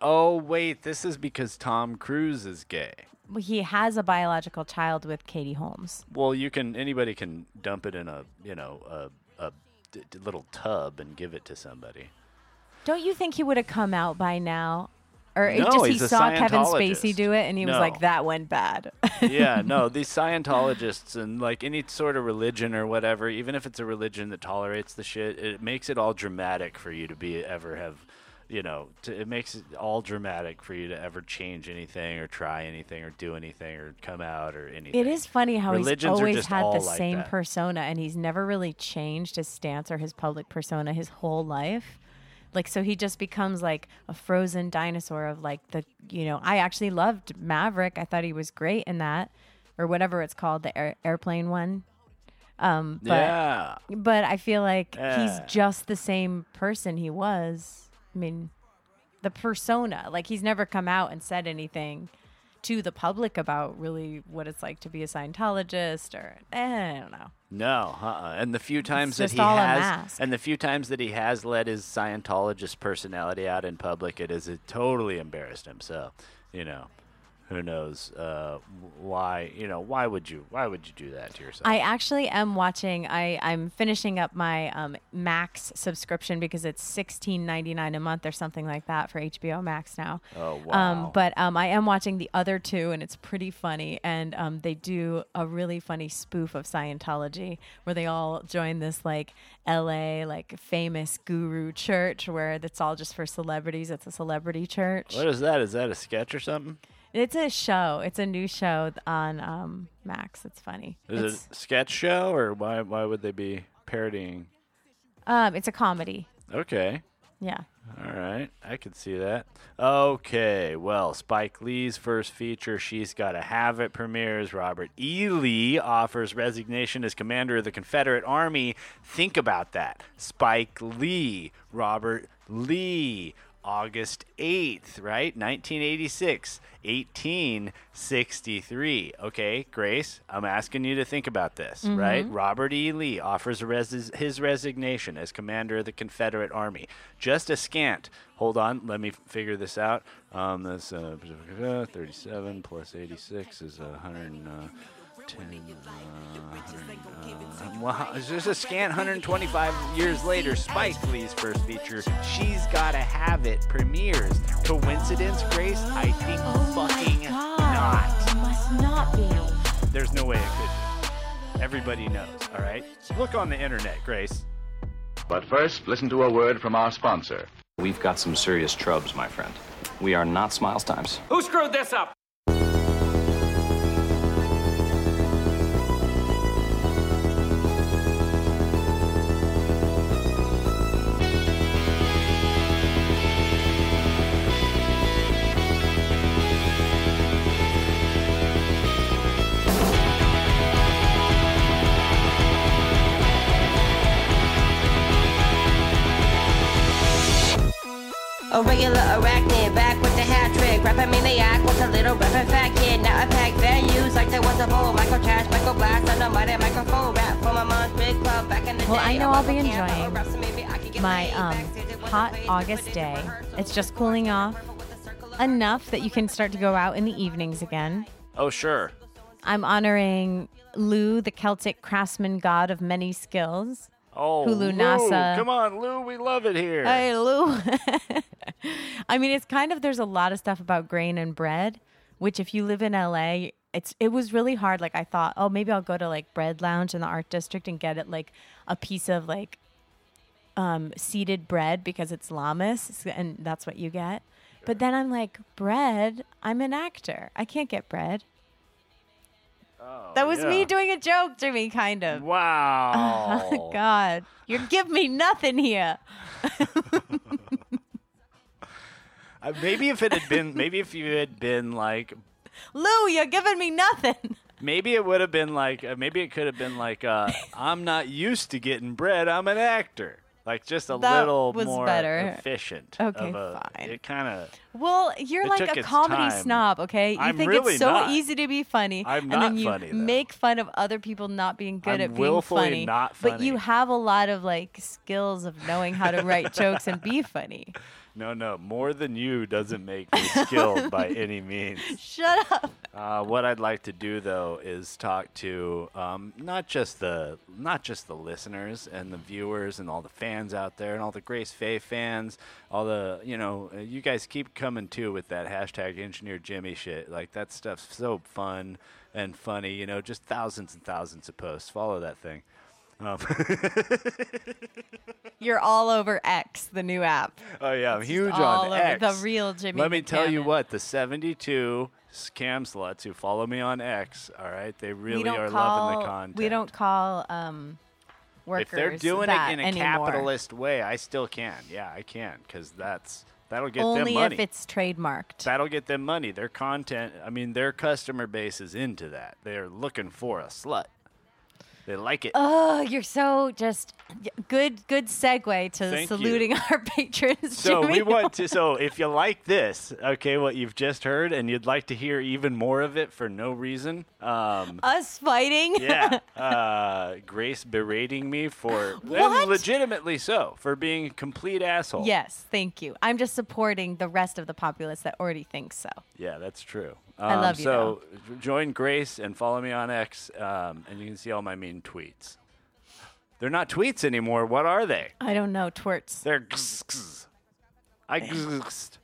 Speaker 10: oh wait, this is because Tom Cruise is gay.
Speaker 9: Well, He has a biological child with Katie Holmes.
Speaker 10: Well, you can anybody can dump it in a you know a, a d- d- little tub and give it to somebody.
Speaker 9: Don't you think he would have come out by now? Or it
Speaker 10: No,
Speaker 9: just he
Speaker 10: he's a
Speaker 9: saw Kevin
Speaker 10: Scientologist.
Speaker 9: Spacey do it and he was
Speaker 10: No.
Speaker 9: like, that went bad.
Speaker 10: yeah, no, these Scientologists and like any sort of religion or whatever, even if it's a religion that tolerates the shit, it makes it all dramatic for you to be ever have, you know, to, it makes it all dramatic for you to ever change anything or try anything or do anything or come out or anything.
Speaker 9: It is funny how he's
Speaker 10: Religions are
Speaker 9: always
Speaker 10: just
Speaker 9: had
Speaker 10: all
Speaker 9: the
Speaker 10: like
Speaker 9: same
Speaker 10: that.
Speaker 9: persona and he's never really changed his stance or his public persona his whole life. Like so he just becomes like a frozen dinosaur of like the you know, I actually loved Maverick. I thought he was great in that or whatever it's called, the air- airplane one. Um but
Speaker 10: Yeah.
Speaker 9: but I feel like he's
Speaker 10: Yeah.
Speaker 9: just the same person he was. I mean, the persona. Like he's never come out and said anything to the public about really what it's like to be a Scientologist or eh, I don't know.
Speaker 10: No, uh-uh. and the few times that
Speaker 9: just
Speaker 10: he
Speaker 9: all a
Speaker 10: has,
Speaker 9: mask.
Speaker 10: and the few times that he has let his Scientologist personality out in public, it is it totally embarrassed him. So, you know, who knows uh, why? You know, why would you? Why would you do that to yourself?
Speaker 9: I actually am watching. I I'm finishing up my um, Max subscription because it's sixteen ninety nine a month or something like that for HBO Max now.
Speaker 10: Oh,
Speaker 9: Um,
Speaker 10: wow.
Speaker 9: but um, I am watching the other two, and it's pretty funny. And um, they do a really funny spoof of Scientology where they all join this like L.A. like famous guru church where it's all just for celebrities. It's a celebrity church.
Speaker 10: what is that? Is that a sketch or something?
Speaker 9: It's a show. It's a new show on um, Max. It's funny.
Speaker 10: Is
Speaker 9: it's,
Speaker 10: it a sketch show or why? Why would they be parodying?
Speaker 9: Um, it's a comedy.
Speaker 10: Okay.
Speaker 9: Yeah.
Speaker 10: All right, I can see that. Okay, well, Spike Lee's first feature, She's Gotta Have It, premieres. Robert E. Lee offers resignation as commander of the Confederate Army. Think about that. Spike Lee, Robert Lee, August 8th, right? 1986, 1863. Okay, Grace, I'm asking you to think about this,
Speaker 3: Mhm.
Speaker 10: right? Robert E. Lee offers res- his resignation as commander of the Confederate Army. Just a scant. Hold on, let me f- figure this out. Um, that's uh, 37 plus 86 is 110. Uh, 100, uh, well, it's just a scant 125 years later, Spike Lee's first feature, She's Gotta Have It, premieres.
Speaker 9: Oh
Speaker 10: Coincidence, Grace? I think fucking not.
Speaker 9: Must not be.
Speaker 10: There's no way it could be. Everybody knows, all right? Look on the internet, Grace.
Speaker 16: But first, listen to a word from our sponsor. We've got some serious trubs, my friend. We are not Smiles Times.
Speaker 20: Who screwed this up?
Speaker 3: A regular arachnid, back with the hat trick. Rapping maniac with a little rapping fat kid. Now I pack venues like there was a bowl. Michael Trash, Michael Blast, on the mighty microphone. Rap for my mom's big club back in the
Speaker 9: Well,
Speaker 3: day.
Speaker 9: I know I'll be enjoying
Speaker 3: so maybe I could get
Speaker 9: my
Speaker 3: laid.
Speaker 9: um, hot August day. It's just cooling off enough that you can start to go out in the evenings again.
Speaker 10: Oh, sure.
Speaker 9: I'm honoring Lu, the Celtic craftsman god of many skills.
Speaker 10: Oh,
Speaker 9: Hulu
Speaker 10: Lou,
Speaker 9: NASA.
Speaker 10: Come on, Lou. We love it here.
Speaker 9: Hey, Lou. I mean, it's kind of there's a lot of stuff about grain and bread, which if you live in LA, it's it was really hard. Like I thought, oh, maybe I'll go to like Bread Lounge in the Art District and get it like a piece of like um, seeded bread because it's lamas and that's what you get. But then I'm like, bread. I'm an actor. I can't get bread. that was me
Speaker 10: yeah.
Speaker 9: doing a joke, Jimmy. Kind of.
Speaker 10: Wow.
Speaker 9: God, you're giving me nothing here.
Speaker 10: Uh, maybe if it had been, maybe if you had been like,
Speaker 9: Lou, you're giving me nothing.
Speaker 10: maybe it would have been like, uh, maybe it could have been like, uh, I'm not used to getting bread. I'm an actor. Like just a
Speaker 9: That
Speaker 10: little
Speaker 9: was
Speaker 10: more
Speaker 9: better.
Speaker 10: efficient.
Speaker 9: Okay,
Speaker 10: of a- It kind of.
Speaker 9: Well, you're
Speaker 10: It
Speaker 9: like
Speaker 10: took
Speaker 9: a
Speaker 10: its
Speaker 9: comedy
Speaker 10: time.
Speaker 9: snob, okay? You
Speaker 10: I'm
Speaker 9: think
Speaker 10: really
Speaker 9: it's so
Speaker 10: not.
Speaker 9: easy to be funny,
Speaker 10: I'm
Speaker 9: and
Speaker 10: not
Speaker 9: then you
Speaker 10: funny, though.
Speaker 9: make fun of other people not being good
Speaker 10: I'm
Speaker 9: at being
Speaker 10: willfully
Speaker 9: funny.
Speaker 10: not
Speaker 9: But you have a lot of like skills of knowing how to write jokes and be funny.
Speaker 10: No, no, more than you doesn't make me skilled by any means.
Speaker 9: Shut up.
Speaker 10: Uh, what I'd like to do though is talk to um, not just the not just the listeners and the viewers and all the fans out there and all the Grace Faye fans, all the you know uh, you guys keep coming too with that hashtag Engineer Jimmy shit. Like that stuff's so fun and funny. You know, just thousands and thousands of posts. Follow that thing. Um,
Speaker 9: You're all over X, the new app.
Speaker 10: Oh yeah, I'm
Speaker 9: It's just
Speaker 10: huge
Speaker 9: all
Speaker 10: on
Speaker 9: over
Speaker 10: X.
Speaker 9: the real Jimmy
Speaker 10: Let me tell you
Speaker 9: McCammon.
Speaker 10: what the 72 scam sluts who follow me on X. All right, they really
Speaker 9: we don't
Speaker 10: are
Speaker 9: call,
Speaker 10: loving the content.
Speaker 9: We don't call um, workers
Speaker 10: if they're doing
Speaker 9: that
Speaker 10: it in a
Speaker 9: anymore.
Speaker 10: capitalist way, I still can. Yeah, I can because that's that'll get them
Speaker 9: Only
Speaker 10: money.
Speaker 9: if it's trademarked.
Speaker 10: That'll get them money. Their content, I mean, their customer base is into that. They're looking for a slut. They like it.
Speaker 9: Oh, you're so just y- good. Good segue to
Speaker 10: Thank you.
Speaker 9: saluting our patrons.
Speaker 10: So
Speaker 9: Jimmy.
Speaker 10: we want to. So if you like this, okay, what you've just heard, and you'd like to hear even more of it for no reason, um,
Speaker 9: us fighting.
Speaker 10: yeah, uh, Grace berating me for and
Speaker 9: What?
Speaker 10: legitimately so for being a complete asshole.
Speaker 9: yes, thank you. I'm just supporting the rest of the populace that already thinks so.
Speaker 10: Yeah, that's true. Um,
Speaker 9: I love you,
Speaker 10: So j- join Grace and follow me on X, um, and you can see all my mean tweets. They're not tweets anymore. What are they?
Speaker 9: I don't know twerts.
Speaker 10: They're gzz, gzz. I gzzed.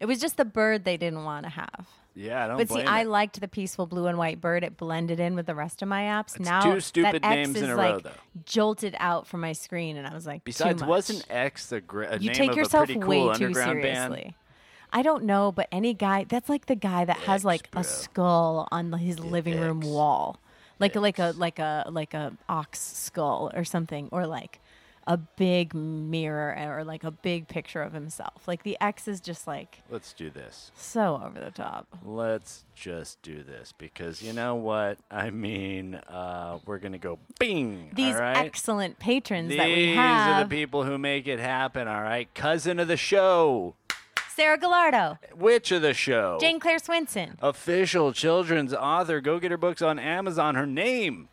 Speaker 9: It was just the bird they didn't want to have.
Speaker 10: Yeah, I don't
Speaker 9: but see,
Speaker 10: blame
Speaker 9: I
Speaker 10: it.
Speaker 9: liked the peaceful blue and white bird. It blended in with the rest of my apps. now
Speaker 10: two stupid
Speaker 9: that X
Speaker 10: names
Speaker 9: is
Speaker 10: in a
Speaker 9: like
Speaker 10: row, though.
Speaker 9: jolted out from my screen, and I was like, too
Speaker 10: Besides,
Speaker 9: much.
Speaker 10: wasn't X the gr- a
Speaker 9: you
Speaker 10: name
Speaker 9: take
Speaker 10: of
Speaker 9: yourself
Speaker 10: a pretty
Speaker 9: way
Speaker 10: cool
Speaker 9: too
Speaker 10: underground
Speaker 9: seriously.
Speaker 10: band?
Speaker 9: I don't know, but any guy that's like the guy that has like a skull on his living room wall, like like a like a like a ox skull or something, or like a big mirror eh, or like a big picture of himself. Like the X is just like
Speaker 10: Let's do this.
Speaker 9: so over the top.
Speaker 10: Let's just do this because you know what? I mean, uh, we're gonna go bing.
Speaker 9: These
Speaker 10: all right?
Speaker 9: excellent patrons
Speaker 10: These
Speaker 9: that we
Speaker 10: are the
Speaker 9: have:
Speaker 10: people who make it happen. All right, cousin of the show,
Speaker 9: Sarah Gallardo,
Speaker 10: witch of the show,
Speaker 9: Jane Claire Swinson,
Speaker 10: official children's author. Go get her books on Amazon. Her name.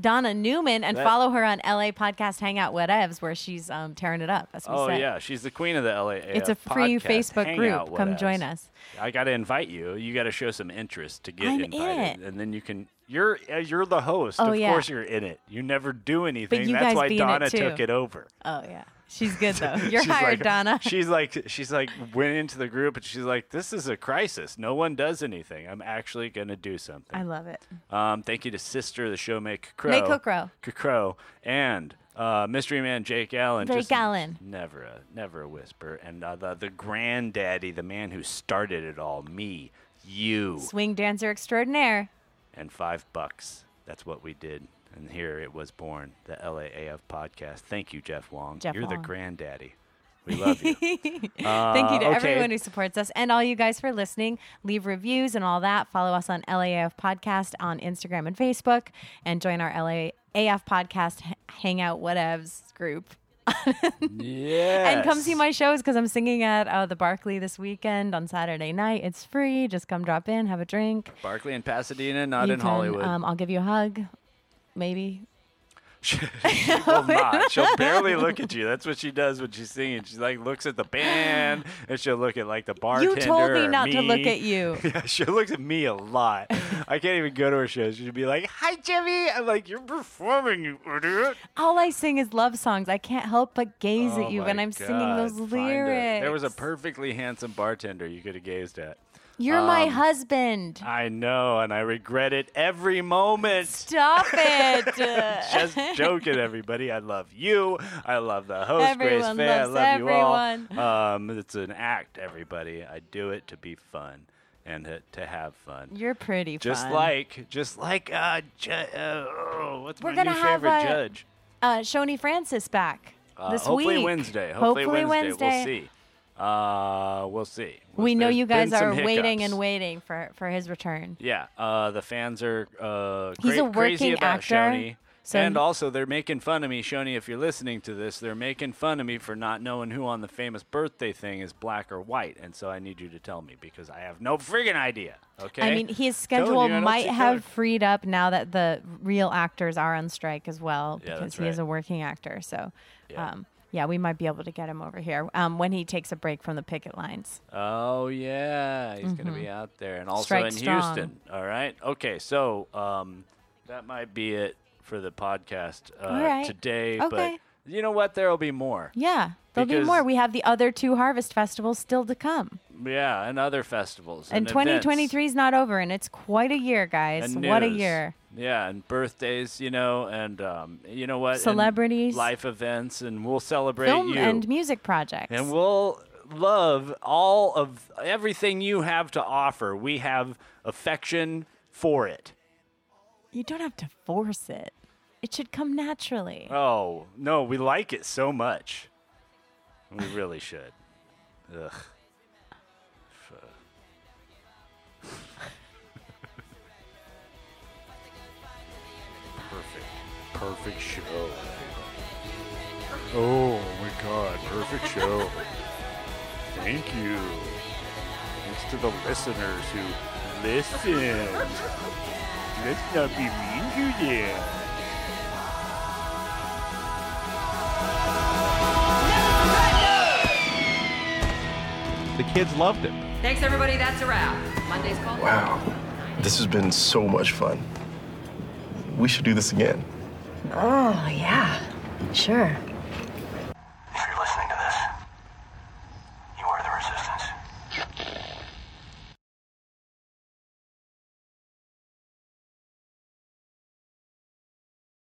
Speaker 9: Donna Newman, and
Speaker 10: That-
Speaker 9: follow her on LA Podcast Hangout Whatevs, where she's um, tearing it up. That's what we
Speaker 10: Oh
Speaker 9: said.
Speaker 10: yeah, she's the queen of the uh, LA.
Speaker 9: It's a free Facebook group. Come join us.
Speaker 10: I gotta invite you. You gotta show some interest to get
Speaker 9: I'm in
Speaker 10: invited, and then you can. You're uh, you're the host.
Speaker 9: Oh,
Speaker 10: of
Speaker 9: yeah.
Speaker 10: course, you're in it. You never do anything.
Speaker 9: you
Speaker 10: That's
Speaker 9: guys
Speaker 10: why
Speaker 9: be in it
Speaker 10: Donna
Speaker 9: too.
Speaker 10: took it over.
Speaker 9: Oh yeah. She's good though. You're
Speaker 10: She's
Speaker 9: hired,
Speaker 10: like-
Speaker 9: Donna.
Speaker 10: She's like, she's like, went into the group and she's like, this is a crisis. No one does anything. I'm actually gonna do something.
Speaker 9: I love it.
Speaker 10: Um, thank you to Sister, the show make
Speaker 9: May
Speaker 10: Crow,
Speaker 9: Kokro.
Speaker 10: Kokro, and uh, Mystery Man Jake Allen.
Speaker 9: Jake
Speaker 10: Just
Speaker 9: Allen.
Speaker 10: Never a never a whisper, and uh, the the granddaddy, the man who started it all, me, you,
Speaker 9: Swing dancer extraordinaire.
Speaker 10: and five bucks. That's what we did. And here it was born, the LAAF podcast. Thank you, Jeff Wong.
Speaker 9: Jeff
Speaker 10: You're the
Speaker 9: Wong.
Speaker 10: granddaddy. We love you.
Speaker 9: Thank you to
Speaker 10: Uh, okay.
Speaker 9: everyone who supports us and all you guys for listening. Leave reviews and all that. Follow us on LAAF Podcast on Instagram and Facebook and join our LAAF Podcast h- Hangout Whatevs group.
Speaker 10: Yeah.
Speaker 9: And come see my shows because I'm singing at uh, the Barclay this weekend on Saturday night. It's free. Just come drop in, have a drink.
Speaker 10: Barkley in Pasadena, not
Speaker 9: You
Speaker 10: in
Speaker 9: can,
Speaker 10: Hollywood.
Speaker 9: Um, I'll give you a hug, maybe.
Speaker 10: Will not. She'll barely look at you. That's what she does when she's singing. She like looks at the band and she'll look at like the bartender.
Speaker 9: you told me
Speaker 10: or
Speaker 9: not to look
Speaker 10: me.
Speaker 9: at you.
Speaker 10: Yeah, she looks at me a lot. I can't even go to her shows. She'd be like, "Hi, Jimmy." I'm like, "You're performing, you idiot."
Speaker 9: All I sing is love songs. I can't help but gaze
Speaker 10: Oh
Speaker 9: at you when
Speaker 10: my
Speaker 9: I'm singing those
Speaker 10: God,
Speaker 9: lyrics.
Speaker 10: find her. There was a perfectly handsome bartender you could have gazed at.
Speaker 9: You're my
Speaker 10: Um,
Speaker 9: husband.
Speaker 10: I know, and I regret it every moment.
Speaker 9: Stop it.
Speaker 10: Just joking, everybody. I love you. I love the host,
Speaker 9: Everyone
Speaker 10: Grace Faye. I
Speaker 9: loves
Speaker 10: love you
Speaker 9: everyone.
Speaker 10: all. Um, it's an act, everybody. I do it to be fun and to- to have fun.
Speaker 9: You're pretty
Speaker 10: Just
Speaker 9: fun.
Speaker 10: like, just like, uh, ju- uh oh, what's
Speaker 9: We're
Speaker 10: my
Speaker 9: gonna
Speaker 10: new
Speaker 9: have
Speaker 10: favorite
Speaker 9: a-
Speaker 10: judge?
Speaker 9: uh, Shoni Francis back
Speaker 10: Uh,
Speaker 9: this
Speaker 10: hopefully
Speaker 9: week.
Speaker 10: Wednesday. Hopefully, Wednesday. We'll
Speaker 9: Wednesday.
Speaker 10: see. Uh, we'll see.
Speaker 9: We know
Speaker 10: There's
Speaker 9: you guys
Speaker 10: been some
Speaker 9: are waiting
Speaker 10: hiccups.
Speaker 9: and waiting for, for his return.
Speaker 10: Yeah, uh, the fans are uh,
Speaker 9: He's
Speaker 10: cra-
Speaker 9: a
Speaker 10: crazy
Speaker 9: working
Speaker 10: about
Speaker 9: actor,
Speaker 10: Shoney.
Speaker 9: so
Speaker 10: and
Speaker 9: he-
Speaker 10: also, they're making fun of me, Shoney. If you're listening to this, they're making fun of me for not knowing who on the famous birthday thing is black or white, and so I need you to tell me because I have no friggin' idea. Okay.
Speaker 9: I mean, his
Speaker 10: Telling you, I
Speaker 9: schedule
Speaker 10: don't
Speaker 9: might
Speaker 10: see
Speaker 9: have
Speaker 10: color.
Speaker 9: freed up now that the real actors are on strike as well
Speaker 10: Yeah,
Speaker 9: because
Speaker 10: that's
Speaker 9: he is
Speaker 10: right.
Speaker 9: a working actor. So,
Speaker 10: Yeah.
Speaker 9: um, yeah, we might be able to get him over here um, when he takes a break from the picket lines.
Speaker 10: Oh yeah, he's gonna
Speaker 9: Mhm.
Speaker 10: be out there, and also
Speaker 9: Strike
Speaker 10: in
Speaker 9: strong.
Speaker 10: Houston. All right. Okay, so um, that might be it for the podcast uh,
Speaker 9: All right.
Speaker 10: today.
Speaker 9: Okay.
Speaker 10: But you know what? There'll be more.
Speaker 9: Yeah, there'll
Speaker 10: Because-
Speaker 9: be more. We have the other two harvest festivals still to come.
Speaker 10: Yeah, and other festivals.
Speaker 9: And
Speaker 10: events.
Speaker 9: 2023 is not over, and it's quite a year, guys.
Speaker 10: and
Speaker 9: What a
Speaker 10: news.
Speaker 9: year.
Speaker 10: Yeah, and birthdays, you know, and um, you know what? and
Speaker 9: Celebrities.
Speaker 10: life events, and we'll celebrate
Speaker 9: Film
Speaker 10: you.
Speaker 9: and music projects.
Speaker 10: And we'll love all of everything you have to offer. We have affection for it.
Speaker 9: you don't have to force it, it should come naturally.
Speaker 10: Oh, no, we like it so much. We really should. Ugh. F- Perfect. Perfect show. Oh my god, perfect show. Thank you. Thanks to the listeners who listened. Let's not be mean to them.
Speaker 1: The kids loved it.
Speaker 7: Thanks, everybody. That's a wrap. Monday's call.
Speaker 6: Wow. This has been so much fun. We should do this again.
Speaker 7: Oh, yeah. Sure.